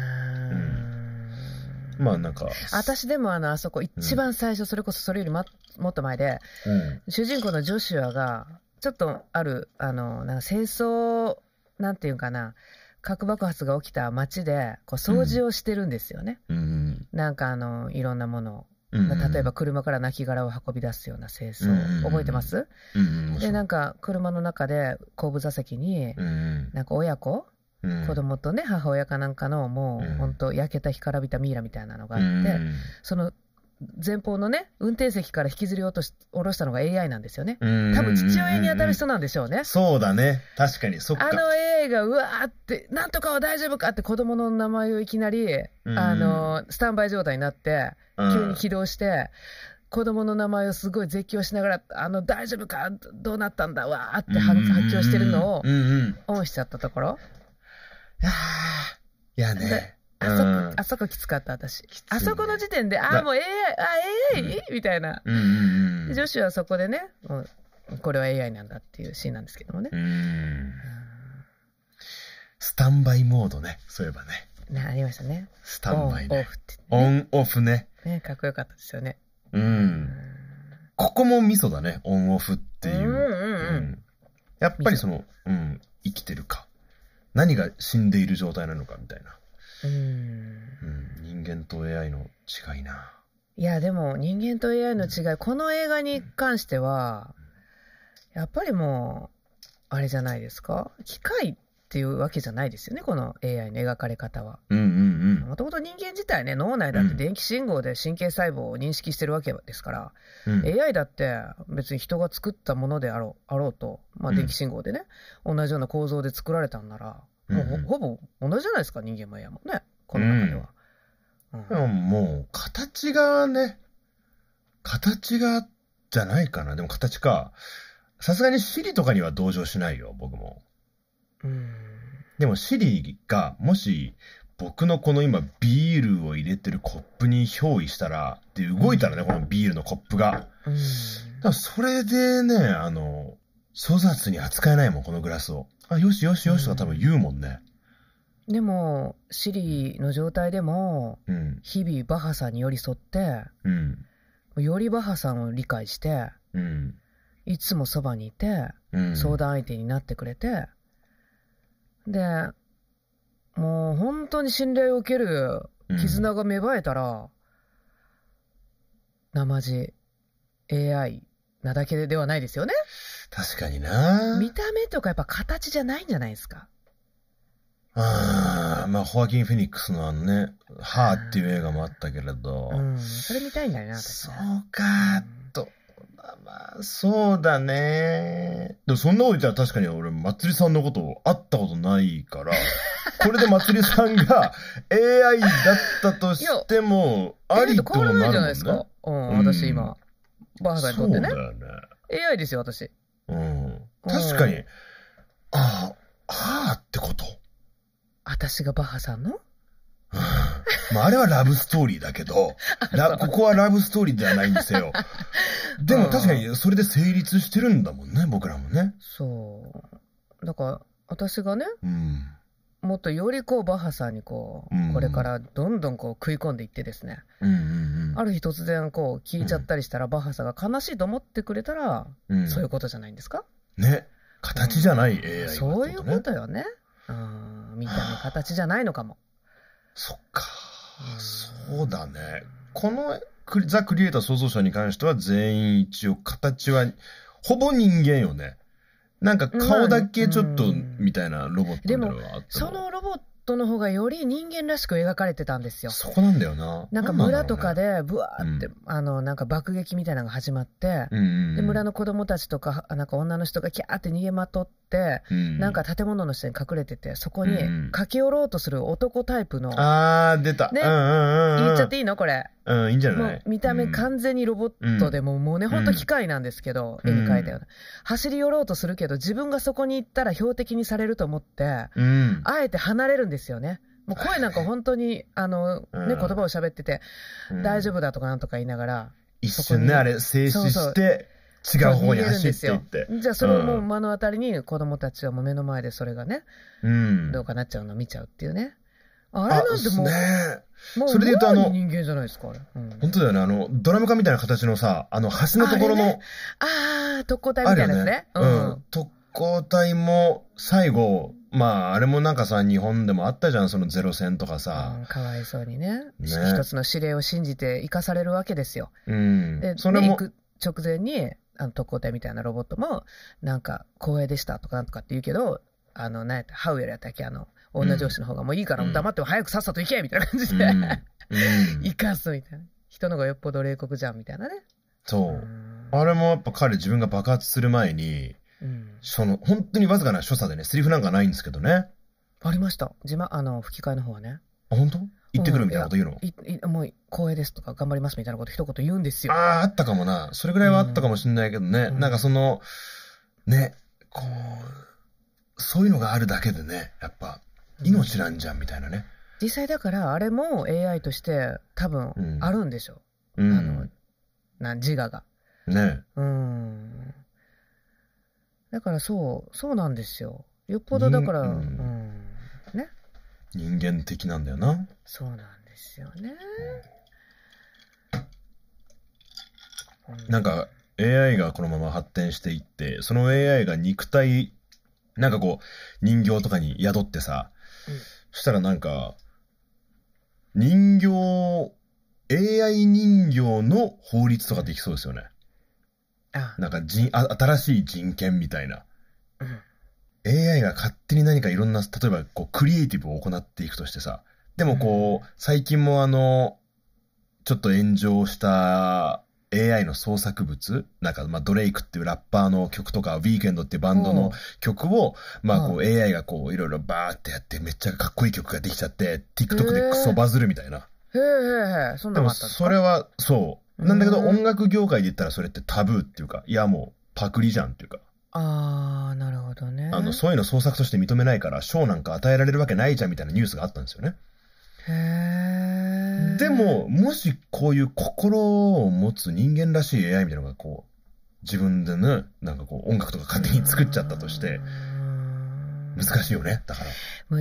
[SPEAKER 2] ーん。
[SPEAKER 1] まあなんか。
[SPEAKER 2] 私でもあの、あそこ一番最初、それこそそれよりま、もっと前で、
[SPEAKER 1] うん。
[SPEAKER 2] 主人公のジョシュアが、ちょっとある、あの、なんか戦争、なんていうんかな、核爆発が起きた街で、こう掃除をしてるんですよね。
[SPEAKER 1] うん
[SPEAKER 2] なんかあの、いろんなものを。
[SPEAKER 1] うん。うん
[SPEAKER 2] 例えば、車から亡骸を運び出すような清掃、
[SPEAKER 1] うん
[SPEAKER 2] 覚えてます、
[SPEAKER 1] うんうん、
[SPEAKER 2] でなん
[SPEAKER 1] か、
[SPEAKER 2] か車の中で後部座席に、
[SPEAKER 1] うん
[SPEAKER 2] なんか親子、
[SPEAKER 1] うん、
[SPEAKER 2] 子供とね母親かなんかのも
[SPEAKER 1] う
[SPEAKER 2] うん本当、焼けた干からびたミイラみたいなのがあ
[SPEAKER 1] う
[SPEAKER 2] って、
[SPEAKER 1] んうん
[SPEAKER 2] その前方のね運転席から引きずり落とし下ろしたのが AI なんですよね
[SPEAKER 1] うん
[SPEAKER 2] 多分父親に当たる人なんでしょうね、
[SPEAKER 1] そうだね。確かに、そっか。
[SPEAKER 2] あの AI がうわーってなんとかは大丈夫かって子供の名前をいきなり、
[SPEAKER 1] うん
[SPEAKER 2] あのスタンバイ状態になって急
[SPEAKER 1] う
[SPEAKER 2] に
[SPEAKER 1] ん
[SPEAKER 2] 起動して、子供の名前をすごい絶叫しながら、あの大丈夫か、どうなったんだ、わーって発発狂してるのを
[SPEAKER 1] うんうん。
[SPEAKER 2] オンしちゃったところ、
[SPEAKER 1] ああ、いやね
[SPEAKER 2] で。あそこ、あそこきつかった、
[SPEAKER 1] つ
[SPEAKER 2] 私、
[SPEAKER 1] いね
[SPEAKER 2] あそこの時点で、あ
[SPEAKER 1] だ
[SPEAKER 2] あ、もう AI、あ AI、
[SPEAKER 1] うん
[SPEAKER 2] みたいな、
[SPEAKER 1] うんうんうん。
[SPEAKER 2] 女子はそこでね、もうこれは AI なんだっていうシーンなんですけどもね
[SPEAKER 1] う、ん。スタンバイモードね。そういえばね。
[SPEAKER 2] なありましたね、
[SPEAKER 1] ス
[SPEAKER 2] オ
[SPEAKER 1] タ
[SPEAKER 2] ン、オ
[SPEAKER 1] ン
[SPEAKER 2] フ
[SPEAKER 1] バ
[SPEAKER 2] っ
[SPEAKER 1] イ
[SPEAKER 2] て
[SPEAKER 1] ね。
[SPEAKER 2] 言
[SPEAKER 1] オ
[SPEAKER 2] ってね、
[SPEAKER 1] ン、オフね。
[SPEAKER 2] ねかっこよかったですよね。
[SPEAKER 1] う
[SPEAKER 2] うん
[SPEAKER 1] ん。ここもミソだね。オン、オフっていう。
[SPEAKER 2] うんうんうん
[SPEAKER 1] んやっぱりその、うん、生きてるか。何が死んでいる状態なのかみたいな。
[SPEAKER 2] うん
[SPEAKER 1] うん、人間と AI の違いな。
[SPEAKER 2] いやでも人間と AI の違いこの映画に関してはやっぱりもうあれじゃないですか機械っていうわけじゃないですよねこの AI の描かれ方は
[SPEAKER 1] うんうん
[SPEAKER 2] もともと人間自体ね脳内だって電気信号で神経細胞を認識してるわけですから、
[SPEAKER 1] うん。うん
[SPEAKER 2] AI だって別に人が作ったものであろうあろうと、まあ、
[SPEAKER 1] うん
[SPEAKER 2] 電気信号でね、同じような構造で作られたんなら、
[SPEAKER 1] うんうん
[SPEAKER 2] もうほほぼ同じじゃないですか人間も AI もねこの中では、うん
[SPEAKER 1] でももう、形がね、形が、じゃないかな。でも形か。さすがに Siri とかには同情しないよ、僕も。
[SPEAKER 2] うん
[SPEAKER 1] でも Siri が、もし、僕のこの今、ビールを入れてるコップに憑依したら、で、動いたらね、このビールのコップが。
[SPEAKER 2] うん
[SPEAKER 1] だからそれでね、あの、粗雑に扱えないもん、このグラスを。あ、よしよしよしとか多分言うもんね。
[SPEAKER 2] でも Siri の状態でも
[SPEAKER 1] うん、
[SPEAKER 2] 日々バッハさんに寄り添って
[SPEAKER 1] うん、
[SPEAKER 2] よりバッハさんを理解して
[SPEAKER 1] うん。
[SPEAKER 2] いつもそばにいて
[SPEAKER 1] うん、
[SPEAKER 2] 相談相手になってくれて、でもう本当に信頼を受ける
[SPEAKER 1] うん、
[SPEAKER 2] 絆が芽生えたら、なまじ AI なだけではないですよね
[SPEAKER 1] 確かにな
[SPEAKER 2] 見た目とかやっぱ形じゃないんじゃないですか
[SPEAKER 1] あーまあ、ホアキン・フェニックスのあのね、ハーっていう映画もあったけれど、
[SPEAKER 2] うんそれ見たいんだよな私
[SPEAKER 1] そ
[SPEAKER 2] ね
[SPEAKER 1] うか、と、まあ、そうだね。でもそんなこと言ったら確かに俺、まつりさんのこと会ったことない から、これでまつりさんが AI だったとしても、あ
[SPEAKER 2] え
[SPEAKER 1] り
[SPEAKER 2] ー
[SPEAKER 1] と
[SPEAKER 2] と変
[SPEAKER 1] も
[SPEAKER 2] わらない
[SPEAKER 1] なる
[SPEAKER 2] じゃ
[SPEAKER 1] も
[SPEAKER 2] なんい
[SPEAKER 1] ね。
[SPEAKER 2] ですか、うん
[SPEAKER 1] うん
[SPEAKER 2] 私今バーさんにと
[SPEAKER 1] そ
[SPEAKER 2] っ
[SPEAKER 1] う
[SPEAKER 2] てね
[SPEAKER 1] だよね。
[SPEAKER 2] AI ですよ私
[SPEAKER 1] うん。確かに、ああ、ああってこと。
[SPEAKER 2] 私がバッハさんの
[SPEAKER 1] まあ、あれはラブストーリーだけ ど、ラここはラブストーリーではないんですよ。でも確かにそれで成立してるんだもんね、僕らもね。
[SPEAKER 2] そうだから私がね
[SPEAKER 1] うん。
[SPEAKER 2] もっとよりこうバッハさんにこう、
[SPEAKER 1] うん
[SPEAKER 2] これからどんどんこう食い込んでいってですね、
[SPEAKER 1] うんうんうん。
[SPEAKER 2] ある日突然こう聞いちゃったりしたら、バッハさんが悲しいと思ってくれたら、
[SPEAKER 1] うん
[SPEAKER 2] そういうことじゃないんですか、
[SPEAKER 1] ね。形じゃない AI はってことね、
[SPEAKER 2] そういうことよねうん見た目形じゃないのかも
[SPEAKER 1] そっか
[SPEAKER 2] う。ん
[SPEAKER 1] そうだね。このクリザ・クリエイター創造者に関しては全員一応形は、ほぼ人間よね。なんか顔だけちょっと
[SPEAKER 2] うん
[SPEAKER 1] みたいなロボットみたいなのがあった
[SPEAKER 2] そのロボットの方がより人間らしく描かれてたんですよ
[SPEAKER 1] そこなんだよな。
[SPEAKER 2] なんか
[SPEAKER 1] だろうね
[SPEAKER 2] 村とか、でブワーって、
[SPEAKER 1] う
[SPEAKER 2] あのなんか爆撃みたいなのが始まって、
[SPEAKER 1] うんうんうん
[SPEAKER 2] で村の子供たちとかなんか女の人がキャーって逃げまとって、なんか建物の下に隠れててそこに
[SPEAKER 1] うん
[SPEAKER 2] 駆け寄ろうとする男タイプの、
[SPEAKER 1] あー、出た。
[SPEAKER 2] ね
[SPEAKER 1] うんうんうんうん。
[SPEAKER 2] 言っちゃっていいのこれ
[SPEAKER 1] うん、いいんじゃ
[SPEAKER 2] も
[SPEAKER 1] ないう
[SPEAKER 2] 見た目完全にロボットで、もうもうねほんと機械なんですけど、
[SPEAKER 1] うん
[SPEAKER 2] 絵に描いたような走り寄ろうとするけど自分がそこに行ったら標的にされると思って
[SPEAKER 1] うん。うん。
[SPEAKER 2] あえて離れるんですよねもう声なんか本当にあの、ね、
[SPEAKER 1] うん
[SPEAKER 2] 言葉を喋ってて、
[SPEAKER 1] うん
[SPEAKER 2] 大丈夫だとかなんとか言いながら
[SPEAKER 1] 一瞬ね、あれ、静止して、違う方に走っていって。
[SPEAKER 2] じゃあそれをもう目の当たりに子供たちはもう目の前でそれがね、
[SPEAKER 1] うん。
[SPEAKER 2] どうかなっちゃうのを見ちゃうっていうねあ
[SPEAKER 1] あ
[SPEAKER 2] れなんてもう,、
[SPEAKER 1] ね
[SPEAKER 2] もう
[SPEAKER 1] それで言うとあの
[SPEAKER 2] 脳に人間じゃないですかあれ、うん
[SPEAKER 1] 本当だよね、あの、ドラム缶みたいな形のさ、あの、端のところ
[SPEAKER 2] あれ
[SPEAKER 1] の、
[SPEAKER 2] ああ特攻隊
[SPEAKER 1] あ
[SPEAKER 2] み
[SPEAKER 1] る
[SPEAKER 2] たい
[SPEAKER 1] よ
[SPEAKER 2] なやつね
[SPEAKER 1] ね。うん。特攻隊も、最後、まあ、あれもなんかさ、日本でもあったじゃん、そのゼロ戦とか
[SPEAKER 2] う
[SPEAKER 1] さ。
[SPEAKER 2] んかわいそうにね
[SPEAKER 1] ね
[SPEAKER 2] 一つの指令を信じて生かされるわけですよ。
[SPEAKER 1] うん
[SPEAKER 2] で。
[SPEAKER 1] それ
[SPEAKER 2] ね行
[SPEAKER 1] も、
[SPEAKER 2] く直前にあの特攻隊みたいなロボットもなんか光栄でしたとかなんとかって言うけどあのなんやったハウエルやったっけあの女上司の方がもういいから
[SPEAKER 1] うん
[SPEAKER 2] 黙っても早くさっさと行けみたいな感
[SPEAKER 1] う
[SPEAKER 2] じ
[SPEAKER 1] ん。
[SPEAKER 2] で、
[SPEAKER 1] うん
[SPEAKER 2] 生かすみ たいな人の方がよっぽど冷酷じゃんみたいなね。
[SPEAKER 1] そうう。
[SPEAKER 2] ん
[SPEAKER 1] あれもやっぱ彼自分が爆発する前に、
[SPEAKER 2] うん
[SPEAKER 1] その、本当にわずかな所作でね、セリフなんかないんですけどね。
[SPEAKER 2] ありました字幕あの吹き替えの方はね
[SPEAKER 1] あ、本当行ってくるみたいなこと言うの、
[SPEAKER 2] いいもう光栄ですとか頑張りますみたいなこと一言言うんですよ。
[SPEAKER 1] ああ、あったかもな。それぐらいはあったかもしんないけどね。
[SPEAKER 2] うん
[SPEAKER 1] なんかその、ね、こう、そういうのがあるだけでね、やっぱ、命なんじゃんみたいなね。
[SPEAKER 2] 実際だからあれも AI として多分
[SPEAKER 1] うん
[SPEAKER 2] あるんでしょ、
[SPEAKER 1] う
[SPEAKER 2] あの
[SPEAKER 1] ん。
[SPEAKER 2] な自我が
[SPEAKER 1] ね。
[SPEAKER 2] うんだからそうそうなんですよよっぽどだからう
[SPEAKER 1] うんん、
[SPEAKER 2] ね
[SPEAKER 1] 人間的なんだよな。
[SPEAKER 2] そうなんですよね、う
[SPEAKER 1] なんか、AI がこのまま発展していって、その AI が肉体、なんかこう、人形とかに宿ってさ、
[SPEAKER 2] うん
[SPEAKER 1] そしたらなんか、人形、AI 人形の法律とかできそうですよね。
[SPEAKER 2] あ
[SPEAKER 1] なんか人、あ新しい人権みたいな。
[SPEAKER 2] うん
[SPEAKER 1] AI が勝手に何かいろんな、例えばこう、クリエイティブを行っていくとしてさ、でもこう、最近もあの、ちょっと炎上した AI の創作物、なんか、まあ、ドレイクっていうラッパーの曲とか、ウィーケンドっていうバンドの曲を、まあ、こう、AI がこう、いろいろバーってやって、めっちゃかっこいい曲ができちゃって、TikTok でクソバズるみたいな。
[SPEAKER 2] へえへえへえそん
[SPEAKER 1] で
[SPEAKER 2] なの
[SPEAKER 1] も
[SPEAKER 2] あったんです
[SPEAKER 1] そ
[SPEAKER 2] か
[SPEAKER 1] れはそう。なんだけど
[SPEAKER 2] うん
[SPEAKER 1] 音楽業界で言ったらそれってタブーっていうか、いやもうパクリじゃんっていうか、
[SPEAKER 2] ああなるほどね
[SPEAKER 1] あの、そういうの創作として認めないから賞なんか与えられるわけないじゃんみたいなニュースがあったんですよね。
[SPEAKER 2] へえ
[SPEAKER 1] でも、もしこういう心を持つ人間らしい AI みたいなのがこう、自分でね、なんかこう音楽とか勝手に作っちゃったとして、
[SPEAKER 2] うん
[SPEAKER 1] 難しいよね、だから。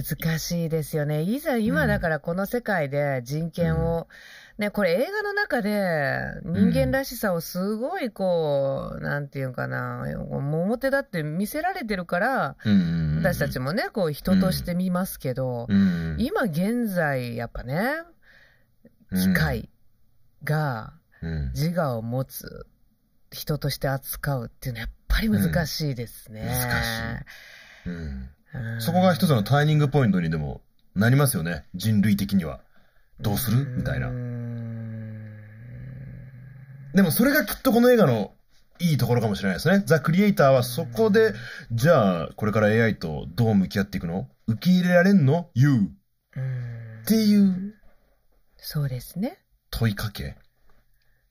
[SPEAKER 2] 難しいですよね。いざ
[SPEAKER 1] う
[SPEAKER 2] 今
[SPEAKER 1] ん
[SPEAKER 2] だからこの世界で人権を、ね、これ映画の中で人間らしさをすごいこう、なんていうかな、もう表だって見せられてるから、私たちもね、こう人として見ますけど、
[SPEAKER 1] うん、
[SPEAKER 2] 今現在やっぱね、
[SPEAKER 1] うん
[SPEAKER 2] 機、械が
[SPEAKER 1] うん
[SPEAKER 2] 自我を持つ人として扱うっていうのはやっぱり難しいですね。
[SPEAKER 1] うん難うん
[SPEAKER 2] うん
[SPEAKER 1] そこが一つのターニングポイントにでもなりますよね、人類的には。どうするみたいな
[SPEAKER 2] うー。ん
[SPEAKER 1] でもそれがきっとこの映画のいいところかもしれないですね。ザ・クリエイターはそこで、じゃあこれから AI とどう向き合っていくの受け入れられんの ?You っ
[SPEAKER 2] うん
[SPEAKER 1] ていう
[SPEAKER 2] そうですね
[SPEAKER 1] 問いかけ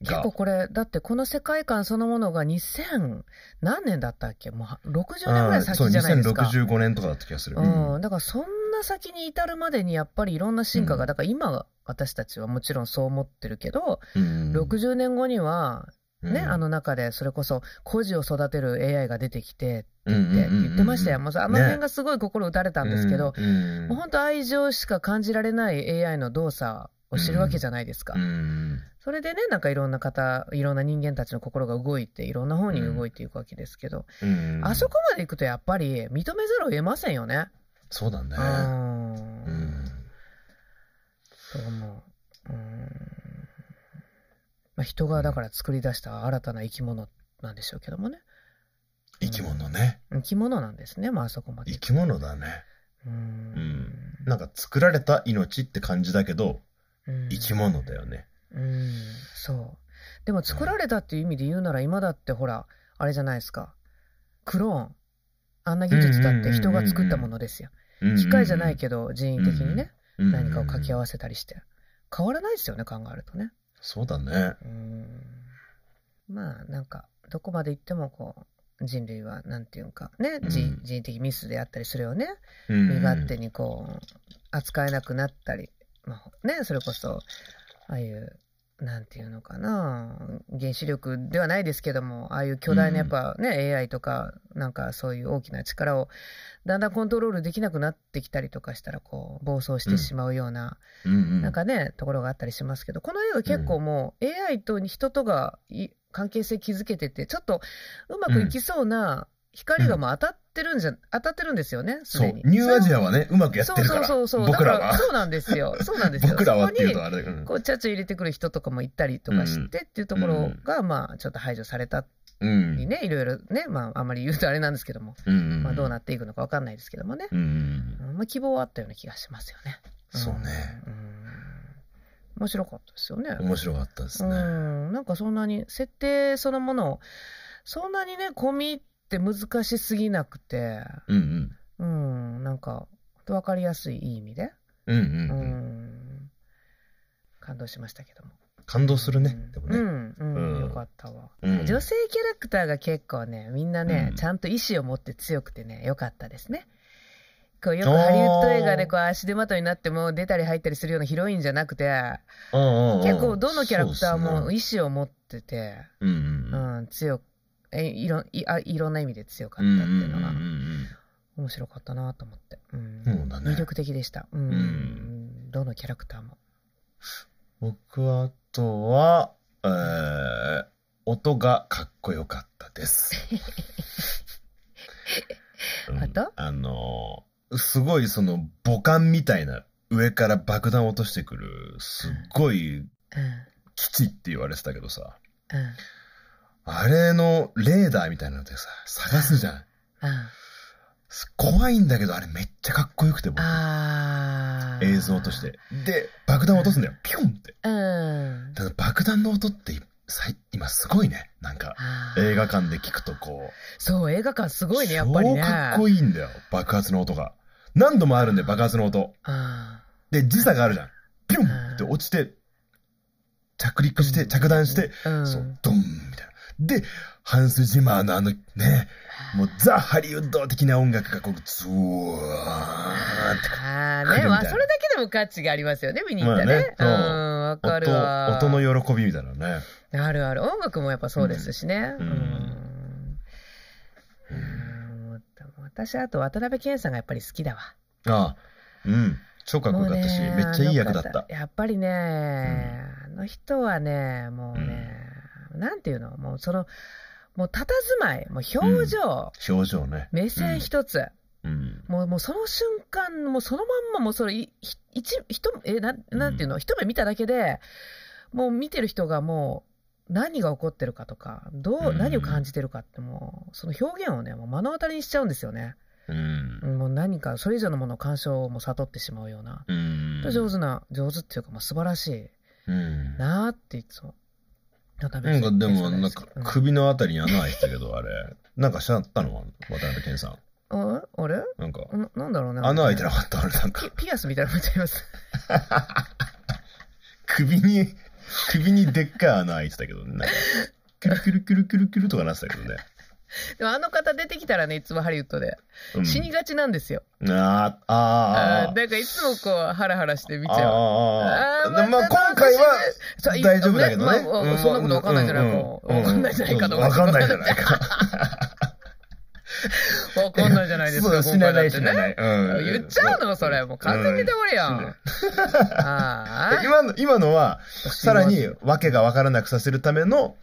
[SPEAKER 2] 結
[SPEAKER 1] が
[SPEAKER 2] 構。これだってこの世界観そのものが2000何年だったっけもうは60年ぐらい先じゃないですか
[SPEAKER 1] あーそう、2065年とかだった気がする。
[SPEAKER 2] うん、だからそんな先に至るまでにやっぱりいろんな進化が、
[SPEAKER 1] うん
[SPEAKER 2] だから今私たちはもちろんそう思ってるけど、
[SPEAKER 1] うん
[SPEAKER 2] 60年後にはね、あ、
[SPEAKER 1] っ
[SPEAKER 2] の中でそれこそ孤児を育てる AI が出てきて
[SPEAKER 1] て
[SPEAKER 2] って言ってましたよ、もうあの辺
[SPEAKER 1] が
[SPEAKER 2] がすごい心打たれたんですけど、、
[SPEAKER 1] うん
[SPEAKER 2] もう本当愛情しか感じられない AI の動作を知るわけじゃないですか、
[SPEAKER 1] うん
[SPEAKER 2] それでねなんかいろんな方いろんな人間たちの心が動いていろんな方に動いていくわけですけど、
[SPEAKER 1] うん
[SPEAKER 2] あそこまで行くとやっぱり認めざるを得ませんよね。
[SPEAKER 1] そうだね
[SPEAKER 2] う。
[SPEAKER 1] う
[SPEAKER 2] ん
[SPEAKER 1] ん
[SPEAKER 2] と思ううんまあ、人がだから作り出した新たな生き物なんでしょうけどもね
[SPEAKER 1] 生き物ね。
[SPEAKER 2] 生き物なんですね、まああそこまで
[SPEAKER 1] 生き物だね。
[SPEAKER 2] うん
[SPEAKER 1] なんか作られた命って感じだけど、
[SPEAKER 2] うん
[SPEAKER 1] 生き物だよね。
[SPEAKER 2] うん、そう。でも作られたっていう意味で言うなら、今だってほら、あれじゃないですか。クローン。あんな技術だって人が作ったものですよ。機械じゃないけど、人為的にね、
[SPEAKER 1] ど、
[SPEAKER 2] 何かを掛け合
[SPEAKER 1] わ
[SPEAKER 2] わせたりして。変わらないですよね、考えるとね。
[SPEAKER 1] せ。そうだね。
[SPEAKER 2] うん。まあ、なんか、どこまで行ってもこう、人類は、なんていうんか、ね、
[SPEAKER 1] うん
[SPEAKER 2] 人人為的ミスであったり、それをね、身
[SPEAKER 1] 身
[SPEAKER 2] 勝手にこう扱えなくなったり、まあね、それこそああいうなんていうのかな原子力ではないですけどもああいう巨大なや
[SPEAKER 1] う
[SPEAKER 2] っ
[SPEAKER 1] ん
[SPEAKER 2] ぱね、AI とかなんかそういう大きな力をだんだんコントロールできなくなってきたりとかしたらこう暴走してしまうような、
[SPEAKER 1] に
[SPEAKER 2] なん、かねところがあったりしますけどこの映画結構もう AI と人とがい関係性築けててちょっとうまくいきそうな光がもう当たってるんじゃ、当たってるんですよねす
[SPEAKER 1] そう
[SPEAKER 2] でに。。
[SPEAKER 1] ニューアジ
[SPEAKER 2] ア
[SPEAKER 1] アはね、うまくやってるから。
[SPEAKER 2] そうそうそうそう
[SPEAKER 1] 僕らは
[SPEAKER 2] だから。そうなんです よそうなんですよ
[SPEAKER 1] 僕らはっていう
[SPEAKER 2] そ
[SPEAKER 1] と
[SPEAKER 2] こ
[SPEAKER 1] あれだけど
[SPEAKER 2] に。こうチャチャ入れてくる人とかも行ったりとかしてっていうところが、まあちょっと排除された
[SPEAKER 1] うん
[SPEAKER 2] りね、いろいろねまああんまり言うとあれなんですけども、
[SPEAKER 1] うん
[SPEAKER 2] まあ、どうな
[SPEAKER 1] っ
[SPEAKER 2] っていくのかわかんないですけどもね、
[SPEAKER 1] うん。
[SPEAKER 2] うんまあ、希望はあったような気がしますよね
[SPEAKER 1] そうね。
[SPEAKER 2] うん面白かったですよね
[SPEAKER 1] 面白かったです
[SPEAKER 2] う
[SPEAKER 1] ね。
[SPEAKER 2] んなんかそんなに設定そのものをそんなにね込みって難しすぎなくて
[SPEAKER 1] うんうん。
[SPEAKER 2] うんなんか分かりやすいいい意味で
[SPEAKER 1] うん
[SPEAKER 2] う
[SPEAKER 1] うんうん。
[SPEAKER 2] ん感動しましたけども。
[SPEAKER 1] 感動するね
[SPEAKER 2] うん。
[SPEAKER 1] でもね。
[SPEAKER 2] うん、うん
[SPEAKER 1] うん
[SPEAKER 2] よかったわ、
[SPEAKER 1] うん
[SPEAKER 2] 女性キャラクターが結構ね、みんなね、
[SPEAKER 1] うん
[SPEAKER 2] ちゃんと意志を持って強くてね、よかったですね。こうよくハリウッド映画でこう足手まといになってもう出たり入ったりするようなヒロインじゃなくて、結
[SPEAKER 1] 結
[SPEAKER 2] 構どのキャラクターも
[SPEAKER 1] い
[SPEAKER 2] 意志を持ってて、
[SPEAKER 1] うん
[SPEAKER 2] う
[SPEAKER 1] うん
[SPEAKER 2] ん、強く、えいろんいあいろんな意味で強か
[SPEAKER 1] う
[SPEAKER 2] っ
[SPEAKER 1] ん
[SPEAKER 2] たっていうの
[SPEAKER 1] うんうん
[SPEAKER 2] が
[SPEAKER 1] うんうん
[SPEAKER 2] 面白かったなと思って、うん
[SPEAKER 1] そうだね
[SPEAKER 2] 魅力的でした、うん
[SPEAKER 1] ん
[SPEAKER 2] どのキャラクターも。
[SPEAKER 1] 僕はあとは、えー、音がかっこよかったです。うん
[SPEAKER 2] 音
[SPEAKER 1] あのーすごいその母艦みたいな上から爆弾を落としてくる、すっごい
[SPEAKER 2] うん
[SPEAKER 1] 基地って言われてたけどさ、
[SPEAKER 2] うん
[SPEAKER 1] あれのレーダーみたいなのでさ、探すじゃん。
[SPEAKER 2] うん
[SPEAKER 1] す怖いんだけど、あれめっちゃかっこよくて、僕。
[SPEAKER 2] あー
[SPEAKER 1] 映像とし。て。で、爆弾落とすんだよ。ピュンって。
[SPEAKER 2] うん。
[SPEAKER 1] ただ爆弾の音って、さい今すごいね。なんか、
[SPEAKER 2] あー
[SPEAKER 1] 映画館で聞くとこう。
[SPEAKER 2] そう、映画館すごいね、やっぱりね。
[SPEAKER 1] 超かっこいいんだよ。爆発の音が。何度もあるんだよ、爆発の音。
[SPEAKER 2] あ
[SPEAKER 1] で、時差があるじゃん。ピュンって落ちて、着陸して、着弾して、
[SPEAKER 2] ーうん。
[SPEAKER 1] そう、ドンみたいな。で、ハンス・ジマーのあのね、もうザ・ハリウッド的な音楽がこう、ズワーンって来
[SPEAKER 2] ああ
[SPEAKER 1] る
[SPEAKER 2] ね、
[SPEAKER 1] み
[SPEAKER 2] ま
[SPEAKER 1] たい
[SPEAKER 2] あ
[SPEAKER 1] な
[SPEAKER 2] それだけでも価値がありますよね、見に行ったね。
[SPEAKER 1] まあねそう
[SPEAKER 2] うん、わかるわ。
[SPEAKER 1] 音、音の喜びみたいなね。
[SPEAKER 2] あるある。音楽もやっぱそうですしね。
[SPEAKER 1] う
[SPEAKER 2] うんん。うん私、あと渡辺謙さんがやっぱり好きだわ。
[SPEAKER 1] ああ、うん。超かっこよかったし、
[SPEAKER 2] もう
[SPEAKER 1] め
[SPEAKER 2] ね
[SPEAKER 1] っちゃいい役だっ
[SPEAKER 2] あの
[SPEAKER 1] た
[SPEAKER 2] 方。やっぱりね、あの人はね、もうね、なんていうの、もうその、もう佇まい、もう表情、
[SPEAKER 1] 表情ね。
[SPEAKER 2] 目線一つ、
[SPEAKER 1] うん。
[SPEAKER 2] もうもうその瞬間、もうそのまんま、もうそれ、いひ一、一、え、なんなんていうの、一目見ただけで、もう見てる人がもう、何が起こってるかとか、どう、
[SPEAKER 1] うん
[SPEAKER 2] 何を感じてるかって、もう、その表現をね、もう目の当たりにしちゃうんですよね。
[SPEAKER 1] うん。
[SPEAKER 2] もう何か、それ以上のものを鑑賞も悟ってしまうような。
[SPEAKER 1] うん。
[SPEAKER 2] 上手な、上手っていうか、まあ、素晴らしい
[SPEAKER 1] うん。
[SPEAKER 2] なーっていつも。なんか
[SPEAKER 1] なんかでも、なんか首のあたりに穴開いてたけど、あれ。なんかしちゃったの渡辺謙さん。
[SPEAKER 2] うん、ああれ
[SPEAKER 1] なんか、
[SPEAKER 2] ななんだろうね。
[SPEAKER 1] 穴開いてなかったあれなんか
[SPEAKER 2] ピ。ピアスみたいなのもっちゃいます。
[SPEAKER 1] 首に、首にでっかい穴開いてたけどね。なんかくるくるくるくるくるとかなってたけどね。
[SPEAKER 2] でもあの方出てきたらね、いつもハリウッドで。
[SPEAKER 1] うん、
[SPEAKER 2] 死にがちなんですよ。
[SPEAKER 1] あーあ
[SPEAKER 2] あー
[SPEAKER 1] ー、
[SPEAKER 2] なんかいつもこう、ハラハラして見ち
[SPEAKER 1] あー
[SPEAKER 2] ゃう。
[SPEAKER 1] あー、あー
[SPEAKER 2] ー
[SPEAKER 1] でまあ今回は
[SPEAKER 2] そうい
[SPEAKER 1] 大丈夫だけどね。
[SPEAKER 2] まあ
[SPEAKER 1] う
[SPEAKER 2] そんなことわかんないじゃないか。わかんないじゃないかと
[SPEAKER 1] わかんないじゃないか。
[SPEAKER 2] わかんないじゃないです
[SPEAKER 1] そう
[SPEAKER 2] か。
[SPEAKER 1] 死なない、死
[SPEAKER 2] 今
[SPEAKER 1] な
[SPEAKER 2] 回だ
[SPEAKER 1] な
[SPEAKER 2] ってね。
[SPEAKER 1] い。うん
[SPEAKER 2] 言っちゃうのそれ。もう完全にダメや
[SPEAKER 1] うん
[SPEAKER 2] ん。あ ー
[SPEAKER 1] 今の、今のは、さらに
[SPEAKER 2] う、
[SPEAKER 1] 訳がわからなくさせるための、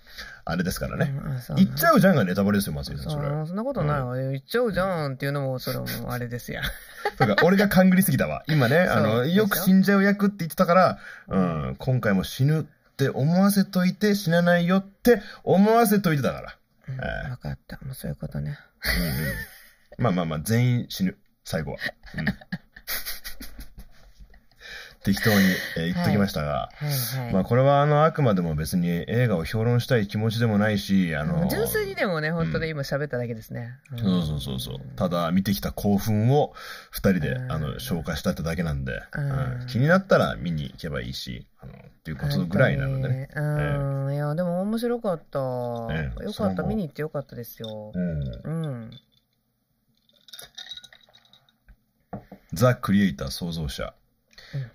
[SPEAKER 1] あれですからね。言っちゃうじゃんがネタバレですよ、松井さん、
[SPEAKER 2] そ
[SPEAKER 1] それ。
[SPEAKER 2] うそんなことないわ、言っちゃうじゃんっていうのも、それもあれですや。
[SPEAKER 1] そうか、俺が勘ぐりすぎたわ。今ね、あ
[SPEAKER 2] そう
[SPEAKER 1] の、
[SPEAKER 2] でしょ
[SPEAKER 1] よく死んじゃう役って言ってたから、うん、今回も死ぬって思わせといて、死なないよって思わせといてだから。
[SPEAKER 2] うん
[SPEAKER 1] ええ
[SPEAKER 2] わかった、もうそういうことね。
[SPEAKER 1] うんうんまあまあまあ、全員死ぬ。最後は。うん 適当に、えー言ってきましたが。
[SPEAKER 2] はいはい。
[SPEAKER 1] まあこれはあのあくまでも別に映画を評論したい気持ちでもないし、あの
[SPEAKER 2] 純粋にでもね、本当に今喋っただけですね。うん
[SPEAKER 1] そうそうそうそう。ただ見てきた興奮を二人で
[SPEAKER 2] うん
[SPEAKER 1] あの消化したってだけなんで、
[SPEAKER 2] うん
[SPEAKER 1] うん気になったら見に行けばいいし、あのっていうことぐらいなのでね。
[SPEAKER 2] 本当に。うん、いや、でも面白かった。
[SPEAKER 1] ええ
[SPEAKER 2] よ
[SPEAKER 1] そ
[SPEAKER 2] か
[SPEAKER 1] れはも
[SPEAKER 2] った、
[SPEAKER 1] う
[SPEAKER 2] 見に行ってよかったですよ。
[SPEAKER 1] うん
[SPEAKER 2] うん。
[SPEAKER 1] ザ・クリエイター創造者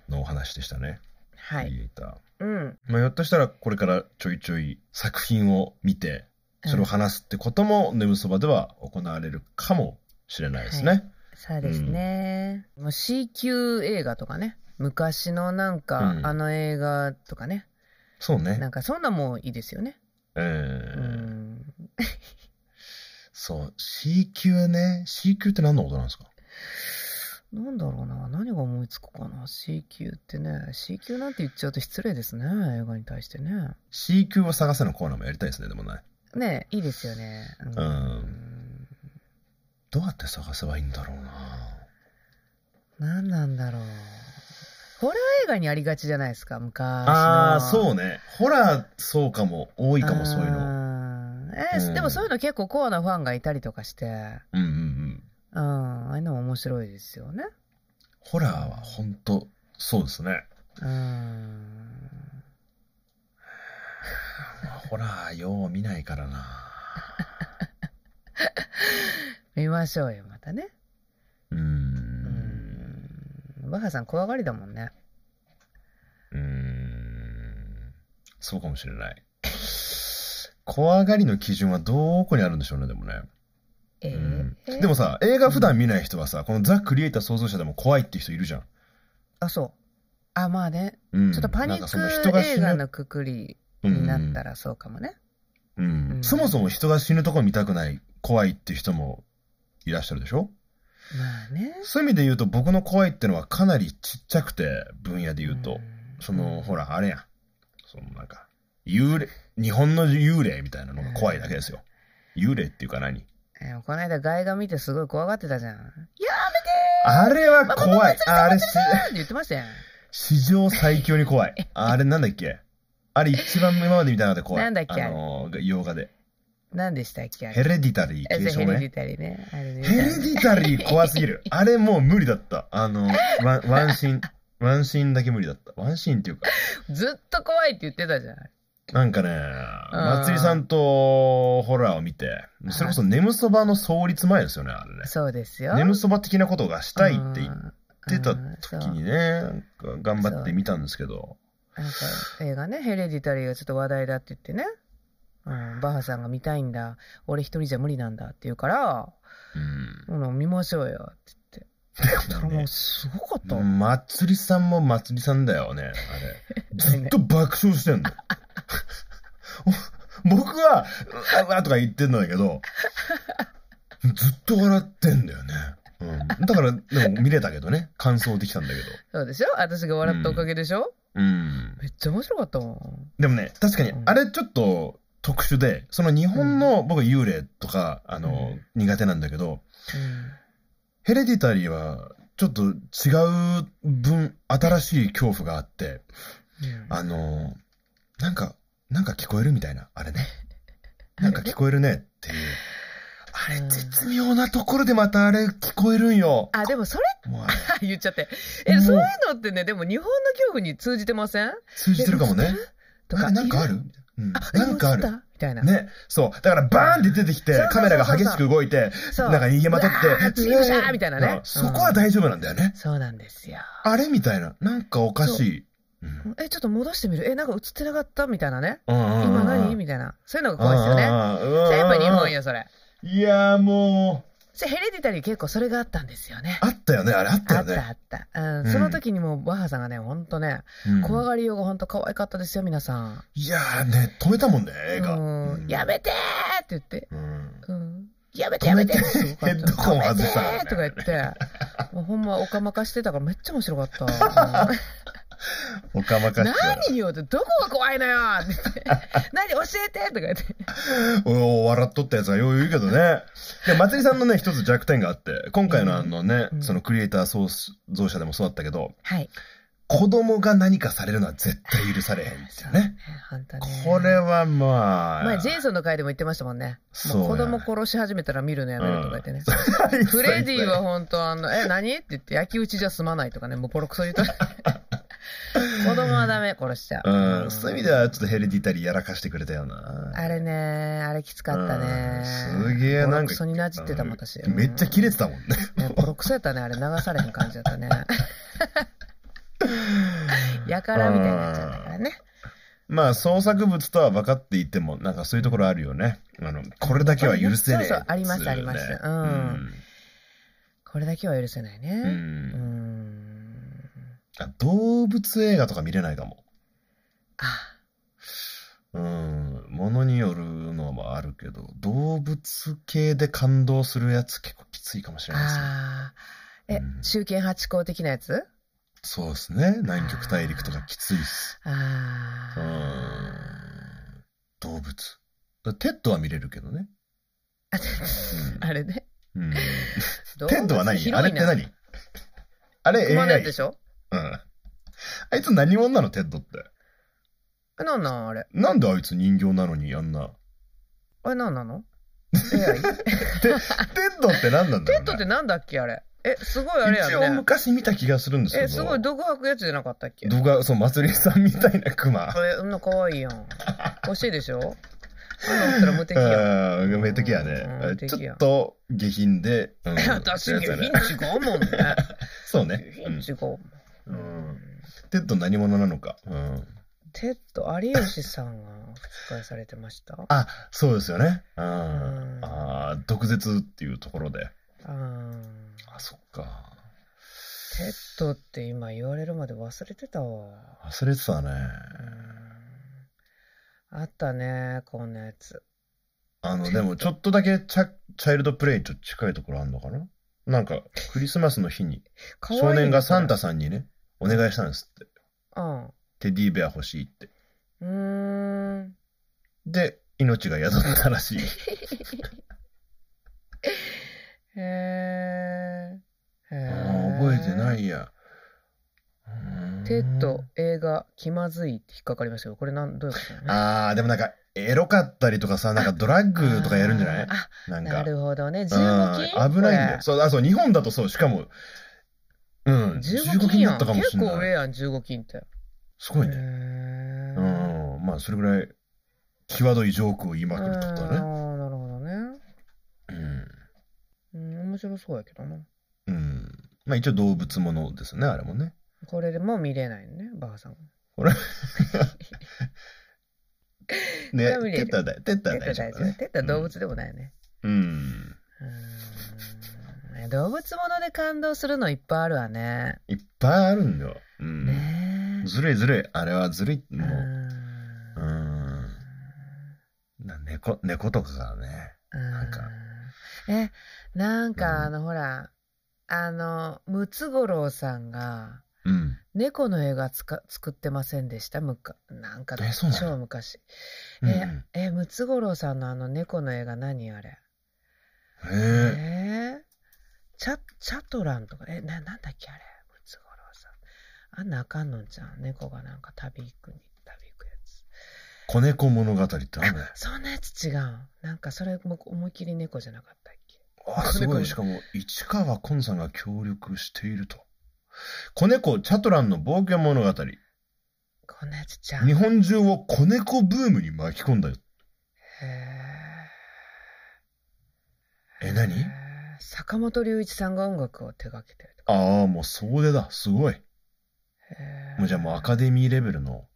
[SPEAKER 1] のお話でしたね。
[SPEAKER 2] は
[SPEAKER 1] ク
[SPEAKER 2] い。
[SPEAKER 1] リエイター。
[SPEAKER 2] うん。
[SPEAKER 1] まあ、ひょっとしたらこれからちょいちょい作品を見て、それを話すってことも、眠そばでは行われるかもしれないですね。
[SPEAKER 2] そうですね。もう C 級映画とかね。昔のなんか、
[SPEAKER 1] うん
[SPEAKER 2] あの映画とかね。
[SPEAKER 1] そう
[SPEAKER 2] な
[SPEAKER 1] ね。
[SPEAKER 2] んかそんなもんいいですよね。
[SPEAKER 1] え
[SPEAKER 2] う
[SPEAKER 1] ー
[SPEAKER 2] ん。
[SPEAKER 1] そう、C 級ね。C 級って何のことなんですか
[SPEAKER 2] なんだろうな。何が思いつくかな。C 級ってね。C 級なんて言っちゃうと失礼ですね。映画に対してね。
[SPEAKER 1] C 級を探せのコーナーもやりたいですね、でもね。
[SPEAKER 2] ねいいですよね。
[SPEAKER 1] う
[SPEAKER 2] うん
[SPEAKER 1] ん。どうやって探せばいいんだろうな
[SPEAKER 2] 何なんだろう。ホラー映画にありがちじゃないですか、昔の。
[SPEAKER 1] ああー、
[SPEAKER 2] う
[SPEAKER 1] そうね。ホラー、そうかも。多いかも、そういうの。
[SPEAKER 2] の。え
[SPEAKER 1] うん
[SPEAKER 2] でもそういうの結構コアなファンがいたりとかして、うん、
[SPEAKER 1] うんうんうん。
[SPEAKER 2] ああいうのも面白いですよね。
[SPEAKER 1] ホラーは本当そうですね。
[SPEAKER 2] うん。
[SPEAKER 1] ホラー、よう見ないからな
[SPEAKER 2] 見ましょうよ、またね。
[SPEAKER 1] うー。
[SPEAKER 2] うんん。バッハさん怖がりだもんね。
[SPEAKER 1] うーん。そうかもしれない。怖がりの基準はどこにあるんでしょうね、でもね。
[SPEAKER 2] え
[SPEAKER 1] う
[SPEAKER 2] ー
[SPEAKER 1] んでもさ、映画普段見ない人はさ、このザ・クリエイター創造者でも怖いっていう人いるじゃん。
[SPEAKER 2] あ、そう。あ、まあね。
[SPEAKER 1] うん
[SPEAKER 2] ちょっとパニ
[SPEAKER 1] なんか
[SPEAKER 2] ッ
[SPEAKER 1] その人が
[SPEAKER 2] ク
[SPEAKER 1] 死
[SPEAKER 2] 映
[SPEAKER 1] ぬ
[SPEAKER 2] 画のくくりになったらそうかも
[SPEAKER 1] う
[SPEAKER 2] ね。
[SPEAKER 1] ん
[SPEAKER 2] うん
[SPEAKER 1] そもそも人が死ぬとこ見たくない、怖いって人もいらっしゃるでしょ
[SPEAKER 2] まあね。
[SPEAKER 1] そういう意味で言うと、僕の怖いってのはかなりちっちゃくて、分野で言うと、
[SPEAKER 2] ん
[SPEAKER 1] その、ほら、あれやん。そのなんか、幽霊、日本の幽霊みたいなのが怖いだけですよ。幽霊っていうか何
[SPEAKER 2] えーこの間外画見てすごい怖がってたじゃん。や
[SPEAKER 1] あれは怖い。あれし、
[SPEAKER 2] めてって言ってましたやん。
[SPEAKER 1] 史上最強に怖い。あれなんだっけあれ一番今まで見た中で怖い。
[SPEAKER 2] なんだっけ
[SPEAKER 1] あのー、洋画で。
[SPEAKER 2] 何でしたっけあれ
[SPEAKER 1] ヘレディタリー
[SPEAKER 2] え
[SPEAKER 1] 継
[SPEAKER 2] そう
[SPEAKER 1] 承
[SPEAKER 2] ヘレデ
[SPEAKER 1] ね
[SPEAKER 2] ィ。タリーね。あれね
[SPEAKER 1] ヘレディタリー怖すぎ る。あれもう無理だった。あの、ワン、ワンシーン、ワンシーンだけ無理だった。ワンシーンっていうか、
[SPEAKER 2] ずっと怖いって言ってたじゃん。
[SPEAKER 1] なんかね、
[SPEAKER 2] ん
[SPEAKER 1] まつりさんとホラーを見て、それこそ眠そばの創立前ですよね、あれね。
[SPEAKER 2] そうですよ。
[SPEAKER 1] 眠そば的なことがしたいって言っ
[SPEAKER 2] うん
[SPEAKER 1] てた
[SPEAKER 2] うんそう
[SPEAKER 1] 時にね、なんか頑張って見たんですけど、
[SPEAKER 2] なんか映画ね、ヘレディタリーがちょっと話題だって言ってね、うん、バッハさんが見たいんだ、俺一人じゃ無理なんだって言うから、
[SPEAKER 1] うん。
[SPEAKER 2] うん、見ましょうよって言って。そしたらもうすごかった。
[SPEAKER 1] まつりさんもまつりさんだよ ね、あれ。ずっと爆笑してんの。 お僕は、うわとか言ってんだけど、ずっと笑ってんだよね。うん、だから、でも見れたけどね、感想できたんだけど。
[SPEAKER 2] そうでしょ私が笑ったおかげでしょ、
[SPEAKER 1] うん。
[SPEAKER 2] めっちゃ面白かったもん。
[SPEAKER 1] でもね、確かに
[SPEAKER 2] う、ん
[SPEAKER 1] あれちょっと特殊で、その日本の僕幽霊とか、あの、苦手なんだけど、ヘレディタリーは、ちょっと違う分、新しい恐怖があって、あのーなんか、なんか聞こえるみたいな、あ れね。なんか聞こえるねっていう。あれ、
[SPEAKER 2] うん
[SPEAKER 1] 絶妙なところでまたあれ聞こえるんよ。
[SPEAKER 2] あ、でもそれ
[SPEAKER 1] もうあれ、
[SPEAKER 2] 言っちゃって。
[SPEAKER 1] う
[SPEAKER 2] え、
[SPEAKER 1] ん
[SPEAKER 2] そういうのってね、でも日本の恐怖に通じてません
[SPEAKER 1] 通じてるかもね。
[SPEAKER 2] と
[SPEAKER 1] な
[SPEAKER 2] か。
[SPEAKER 1] なんかあるうん。なんかあ
[SPEAKER 2] 映
[SPEAKER 1] る
[SPEAKER 2] った。みたいな。
[SPEAKER 1] ね。そう。だからバーンって出てきて
[SPEAKER 2] そうそうそう、そう
[SPEAKER 1] カメラが激しく動いて、
[SPEAKER 2] そう。
[SPEAKER 1] なんか逃げまとっ
[SPEAKER 2] うわー
[SPEAKER 1] て、
[SPEAKER 2] チームシャーみたいなね
[SPEAKER 1] うん
[SPEAKER 2] うん
[SPEAKER 1] そこは大丈夫なんだよね。
[SPEAKER 2] そうなんですよ。
[SPEAKER 1] あれみたいな。なんかおかしい。うん
[SPEAKER 2] え、ちょっと戻してみるえ、なんか映ってなかったみたいなね。
[SPEAKER 1] うんうんうん
[SPEAKER 2] 今
[SPEAKER 1] う
[SPEAKER 2] 何
[SPEAKER 1] ん
[SPEAKER 2] みたいな。そういうのが怖いですよね。それやっぱ日本よ、それ。
[SPEAKER 1] いやーもう、
[SPEAKER 2] それヘレディタリー結構それがあったんですよね。
[SPEAKER 1] あったよね、あれあったよ
[SPEAKER 2] あったあ
[SPEAKER 1] ね。
[SPEAKER 2] った。うん
[SPEAKER 1] うん
[SPEAKER 2] その時にもうバッハさんがね、ほんとね、
[SPEAKER 1] うん
[SPEAKER 2] 怖がりようがほんと可愛かったですよ、皆さん。
[SPEAKER 1] いやーね、止めたもんね、映画。
[SPEAKER 2] うん
[SPEAKER 1] うん
[SPEAKER 2] やめてーって言って。
[SPEAKER 1] うん
[SPEAKER 2] うんやめてやめて
[SPEAKER 1] 止めて
[SPEAKER 2] すごかった
[SPEAKER 1] ヘッドホン外した
[SPEAKER 2] やめてーとか言って、もうほんまおかまかしてたからめっちゃ面白 かった。
[SPEAKER 1] おかまかして。
[SPEAKER 2] 何よって、どこが怖いのよって言って。何教えてとか言って。
[SPEAKER 1] おお笑っとったやつがよう言うけどね。で、まつりさんのね、一つ弱点があって、今回のあのね、
[SPEAKER 2] うん
[SPEAKER 1] そのクリエイター創造者でもそうだったけど、
[SPEAKER 2] はい。
[SPEAKER 1] 子供が何かされるのは絶対許されへんですよね。
[SPEAKER 2] 本当ね。
[SPEAKER 1] これはまあ。
[SPEAKER 2] 前、ジェイソンの回でも言ってましたもんね。
[SPEAKER 1] そう
[SPEAKER 2] も
[SPEAKER 1] ね
[SPEAKER 2] う子供殺し始めたら見るのやめるとか言ってね。フレディは本当あの、え、何って言って、焼き打ちじゃ済まないとかね、もうボロクソ言う と。子供はダメ、殺しちゃう。
[SPEAKER 1] うん、そういう意味ではちょっとヘレディタリーやらかしてくれたよな。
[SPEAKER 2] あれね、あれきつかったね。
[SPEAKER 1] うんすげえなんか
[SPEAKER 2] ボロクソになじってたもん、私。
[SPEAKER 1] めっちゃ切れてたもんね。
[SPEAKER 2] ね、ボロクソやったね、あれ流されへん感じ だったね。やからみたいになっちゃったからね。
[SPEAKER 1] まあ創作物とは分かっていてもなんかそういうところあるよね。あのこれだけは許せねえ、
[SPEAKER 2] そうそうありますあります
[SPEAKER 1] つね
[SPEAKER 2] うんこれだけは許せないね。
[SPEAKER 1] うんう
[SPEAKER 2] うー
[SPEAKER 1] ん
[SPEAKER 2] ん。
[SPEAKER 1] あ動物映画とか見れないかも。
[SPEAKER 2] あ、
[SPEAKER 1] うん。ものによるのもあるけど、動物系で感動するやつ結構きついかもしれないですね。
[SPEAKER 2] ああ。え
[SPEAKER 1] う、ん
[SPEAKER 2] 中堅八高的なやつ
[SPEAKER 1] そうですね。南極大陸とかきついっす。
[SPEAKER 2] あ
[SPEAKER 1] うん
[SPEAKER 2] あ。。
[SPEAKER 1] 動物。テッドは見れるけどね。
[SPEAKER 2] あれね。
[SPEAKER 1] うん。 うん
[SPEAKER 2] テ
[SPEAKER 1] テッドは何あれって何あれ AI?
[SPEAKER 2] 熊のやつでしょ
[SPEAKER 1] うん。あいつ何者なの、テッドって。
[SPEAKER 2] なんなんあれ。
[SPEAKER 1] なんであいつ人形なのにあんな。
[SPEAKER 2] あれなん なの
[SPEAKER 1] テ
[SPEAKER 2] AI
[SPEAKER 1] テッドって何なんだ
[SPEAKER 2] テ
[SPEAKER 1] ろう、ね、
[SPEAKER 2] ッドってなんだっけあれ。え、すごいあれや
[SPEAKER 1] 一応
[SPEAKER 2] んね。
[SPEAKER 1] 昔見た気がするんですけど。
[SPEAKER 2] え、すごい毒吐くやつじゃなかったっけ
[SPEAKER 1] 動画、そう、まつりさんみたいなクマ
[SPEAKER 2] こ。れ、うんな可愛いやん。欲しいでしょあのおったら無敵やん。
[SPEAKER 1] うん、め敵やね
[SPEAKER 2] うん無。敵
[SPEAKER 1] ち
[SPEAKER 2] や
[SPEAKER 1] ょっと下品で。うん
[SPEAKER 2] 私、下品
[SPEAKER 1] や
[SPEAKER 2] 違
[SPEAKER 1] つやね
[SPEAKER 2] うもんね。
[SPEAKER 1] そうね
[SPEAKER 2] 下。品違うもん。
[SPEAKER 1] うんうんテッド何者なのか。うん。
[SPEAKER 2] テッド、有吉さんが復活されてました。あ
[SPEAKER 1] あ、そうですよね。うん。
[SPEAKER 2] ん
[SPEAKER 1] ああ、毒舌っていうところで。
[SPEAKER 2] ー
[SPEAKER 1] あ、そっか。
[SPEAKER 2] テッドって今言われるまで忘れてたわ。
[SPEAKER 1] 忘れてたね。
[SPEAKER 2] うんあったね、こんなやつ。
[SPEAKER 1] あの、でも、ちょっとだけチャ、チャイルドプレイと近いところあんのかななんか、クリスマスの日に、
[SPEAKER 2] 可愛い
[SPEAKER 1] 少年がサンタ
[SPEAKER 2] そ
[SPEAKER 1] さんにね、お願いしたんですって。
[SPEAKER 2] れうん。
[SPEAKER 1] テディベア欲しいって。
[SPEAKER 2] うーん。
[SPEAKER 1] で、命が宿ったらしい。
[SPEAKER 2] へえ。へ
[SPEAKER 1] あ
[SPEAKER 2] え
[SPEAKER 1] ー覚えてな。いや。うーん
[SPEAKER 2] テッド、映画、気まずいって引っかかりましたけど、これなん、どういうことだろうね
[SPEAKER 1] ああ、でもなんか、エロかったりとかさ、なんかドラッグとかやるんじゃない
[SPEAKER 2] あ
[SPEAKER 1] な
[SPEAKER 2] あ、
[SPEAKER 1] ん
[SPEAKER 2] な
[SPEAKER 1] か。
[SPEAKER 2] るほどね。
[SPEAKER 1] う
[SPEAKER 2] 15
[SPEAKER 1] ん
[SPEAKER 2] 金
[SPEAKER 1] 危ないんだよ。
[SPEAKER 2] こ
[SPEAKER 1] そう、あ、そう、日本だとそう、しかも、うん、
[SPEAKER 2] れ
[SPEAKER 1] 15
[SPEAKER 2] 15
[SPEAKER 1] 金
[SPEAKER 2] 金
[SPEAKER 1] だ
[SPEAKER 2] や
[SPEAKER 1] っ
[SPEAKER 2] ん。
[SPEAKER 1] たかもし
[SPEAKER 2] 結
[SPEAKER 1] れ
[SPEAKER 2] 構上
[SPEAKER 1] ない。
[SPEAKER 2] やん、15金って。
[SPEAKER 1] すごいね。う
[SPEAKER 2] へえ。
[SPEAKER 1] ん、まあ、それぐらい、際どいジョークを言いまくるってことだね。
[SPEAKER 2] ああ、なるほどね。うん、面白そうやけどな。
[SPEAKER 1] うん。うん。まあ、一応動物ものですね、あれもね。
[SPEAKER 2] これでも見れないのね、ばあさん。
[SPEAKER 1] ね
[SPEAKER 2] ダ、メ
[SPEAKER 1] テッドはだ、テッドは
[SPEAKER 2] テッド
[SPEAKER 1] 大丈
[SPEAKER 2] 大
[SPEAKER 1] 夫
[SPEAKER 2] 丈
[SPEAKER 1] だ
[SPEAKER 2] 夫。
[SPEAKER 1] ね。
[SPEAKER 2] テッドは動物でもないよね。
[SPEAKER 1] うん。
[SPEAKER 2] うーん動物もので感動するのいっぱいあるわね。
[SPEAKER 1] いっぱいあるんだよ。うん。
[SPEAKER 2] ね
[SPEAKER 1] ずるいずるい。あれはずるい。
[SPEAKER 2] え。う
[SPEAKER 1] も
[SPEAKER 2] ー
[SPEAKER 1] う。
[SPEAKER 2] ん
[SPEAKER 1] うーん。な猫、猫とかがね。んか
[SPEAKER 2] うーんえ、なん
[SPEAKER 1] うん
[SPEAKER 2] かあの、ほら、あの、ムツゴロウさんが、
[SPEAKER 1] うん。
[SPEAKER 2] 猫の映画つか作ってませんでしたむかなんか
[SPEAKER 1] えそうなの
[SPEAKER 2] 超昔。
[SPEAKER 1] うん
[SPEAKER 2] え、え、ムツゴロウさんのあの猫の映画何あれ
[SPEAKER 1] うんへえ。
[SPEAKER 2] えー、チャチャトランとかえななんだっけあれムツゴロウさんあんなあかんのんちゃん猫がなんか旅行くに旅行くやつ
[SPEAKER 1] 子猫物語ってある ね。
[SPEAKER 2] そんなやつ違うんなんかそれも思いっきり猫じゃなかったっけ
[SPEAKER 1] あ、
[SPEAKER 2] 子猫
[SPEAKER 1] すご
[SPEAKER 2] の
[SPEAKER 1] い。しかも、市川昆さんが協力していると。子猫、チャトランの冒険物語。
[SPEAKER 2] こんなやつちゃん
[SPEAKER 1] 日
[SPEAKER 2] へ
[SPEAKER 1] 本中を子猫ブームに巻き込んだよ。
[SPEAKER 2] ー
[SPEAKER 1] え、何
[SPEAKER 2] へー坂本龍一さんが音楽を手掛けてるとか
[SPEAKER 1] ああ、もう総出だ。すごい。
[SPEAKER 2] へー
[SPEAKER 1] もうじゃあもうアカデミーレベルの。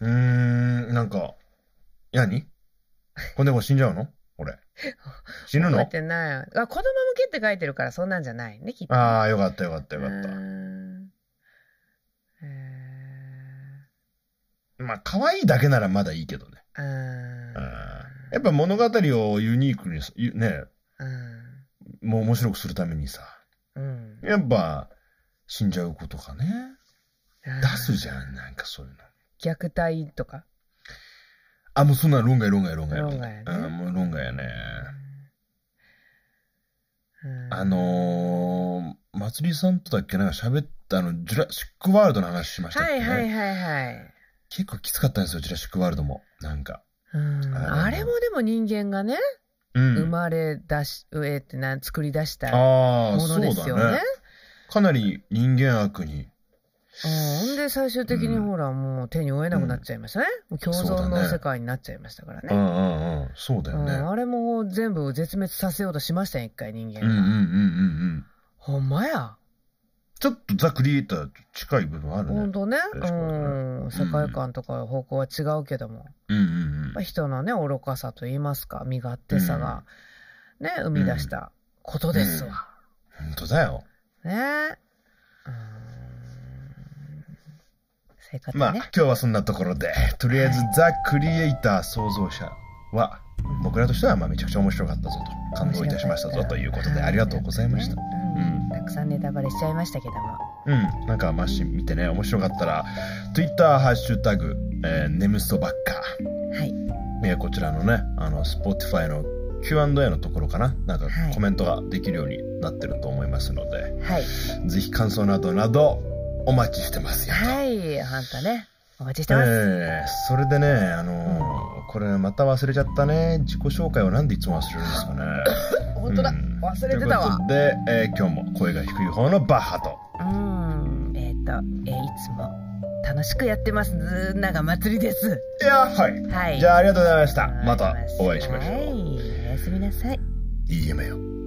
[SPEAKER 1] うーん、なんか、何子猫死んじゃうの俺。死ぬ
[SPEAKER 2] 覚え
[SPEAKER 1] の
[SPEAKER 2] てないあ子供向けって書いてるからそんなんじゃないねきっと
[SPEAKER 1] ああ、よかったよかったよか
[SPEAKER 2] う
[SPEAKER 1] っ
[SPEAKER 2] んう
[SPEAKER 1] た。まあ、可愛いだけならまだいいけどね。
[SPEAKER 2] ーんう
[SPEAKER 1] うん
[SPEAKER 2] ーん
[SPEAKER 1] やっぱ物語をユニークにす、ゆね、
[SPEAKER 2] うん
[SPEAKER 1] もう面白くするためにさ、
[SPEAKER 2] うん
[SPEAKER 1] やっぱ、死んじゃう子とかね、出すじゃん、なんかそういうの。
[SPEAKER 2] 虐待とか
[SPEAKER 1] あ、もうそんな論外論外論外。
[SPEAKER 2] 論外やね
[SPEAKER 1] うん、もう論外やね。
[SPEAKER 2] うん
[SPEAKER 1] あのー、まつりさんとだっけなんか喋った、あの、ジュラシックワールドの話しましたっ
[SPEAKER 2] は
[SPEAKER 1] け、
[SPEAKER 2] い
[SPEAKER 1] ね
[SPEAKER 2] はいはいはい
[SPEAKER 1] 結構きつかったんですよ、ジュラシックワールドも。なんか。
[SPEAKER 2] うん
[SPEAKER 1] あの
[SPEAKER 2] あれもでも人間がね
[SPEAKER 1] うん。
[SPEAKER 2] 生まれ出し上ってな作り出した
[SPEAKER 1] ああ、
[SPEAKER 2] も
[SPEAKER 1] そ
[SPEAKER 2] の
[SPEAKER 1] う
[SPEAKER 2] ですよ
[SPEAKER 1] だ
[SPEAKER 2] ね
[SPEAKER 1] ね。かなり人間悪に。
[SPEAKER 2] うんほんで最終的に
[SPEAKER 1] うん
[SPEAKER 2] ほらもう手に負えなくなっちゃいましたねもう共存
[SPEAKER 1] そうだ
[SPEAKER 2] の
[SPEAKER 1] ね
[SPEAKER 2] 世界になっちゃいましたから
[SPEAKER 1] う
[SPEAKER 2] ね
[SPEAKER 1] んうんうん。そうだ
[SPEAKER 2] う
[SPEAKER 1] よね。
[SPEAKER 2] んあれも全部絶滅させようとしましたよ一回人間
[SPEAKER 1] うんうんうん
[SPEAKER 2] が
[SPEAKER 1] うんうん。
[SPEAKER 2] ほんまや
[SPEAKER 1] ちょっとザ・クリエイターと近い部分あるね。
[SPEAKER 2] 本当ね、
[SPEAKER 1] 確
[SPEAKER 2] う
[SPEAKER 1] かにね
[SPEAKER 2] ん、世界観とか方向は違うけども、
[SPEAKER 1] うんうん
[SPEAKER 2] まあ人のね、愚かさと言いますか、身勝手さが、ね、生み出したことですわ。
[SPEAKER 1] うん。本当だよ。
[SPEAKER 2] ね。うーん。生活
[SPEAKER 1] まあ、
[SPEAKER 2] ね
[SPEAKER 1] 今。日はそんなところで、とりあえずザ・クリエイター創造者は、僕らとしてはまあめちゃくちゃ面白かったぞと、感動いたしましたぞということで、ありがとうございました。
[SPEAKER 2] うんたくさんネタバレしちゃいましたけども。
[SPEAKER 1] うん、なんかマッシン見てね、面白かったら、Twitter、ハッシュタグ、えーネムストばっか。
[SPEAKER 2] はい。
[SPEAKER 1] えーこちらのね、あの、Spotify の Q&A のところかな、なんか
[SPEAKER 2] はい
[SPEAKER 1] コメントができるようになってると思いますので、
[SPEAKER 2] はい。
[SPEAKER 1] ぜひ感想などなど、お待ちしてますよ。
[SPEAKER 2] はい。ほんとね。お待ちしてます。
[SPEAKER 1] ええそれでね、あのーこれまた忘れちゃったね。自己紹介をなんでいつも忘れるんですかね。
[SPEAKER 2] ほんとだ。
[SPEAKER 1] うん
[SPEAKER 2] 忘れてたわ
[SPEAKER 1] というこ。とで、えー今日も声が低い方のバッハと。
[SPEAKER 2] うん。えっと、えーいつも楽しくやってます。長祭りです。
[SPEAKER 1] いや、はい。
[SPEAKER 2] はい。
[SPEAKER 1] じゃあありがとうございました。
[SPEAKER 2] はい
[SPEAKER 1] またお会いしましょう。
[SPEAKER 2] はい、おやすみなさい。
[SPEAKER 1] いい夢を。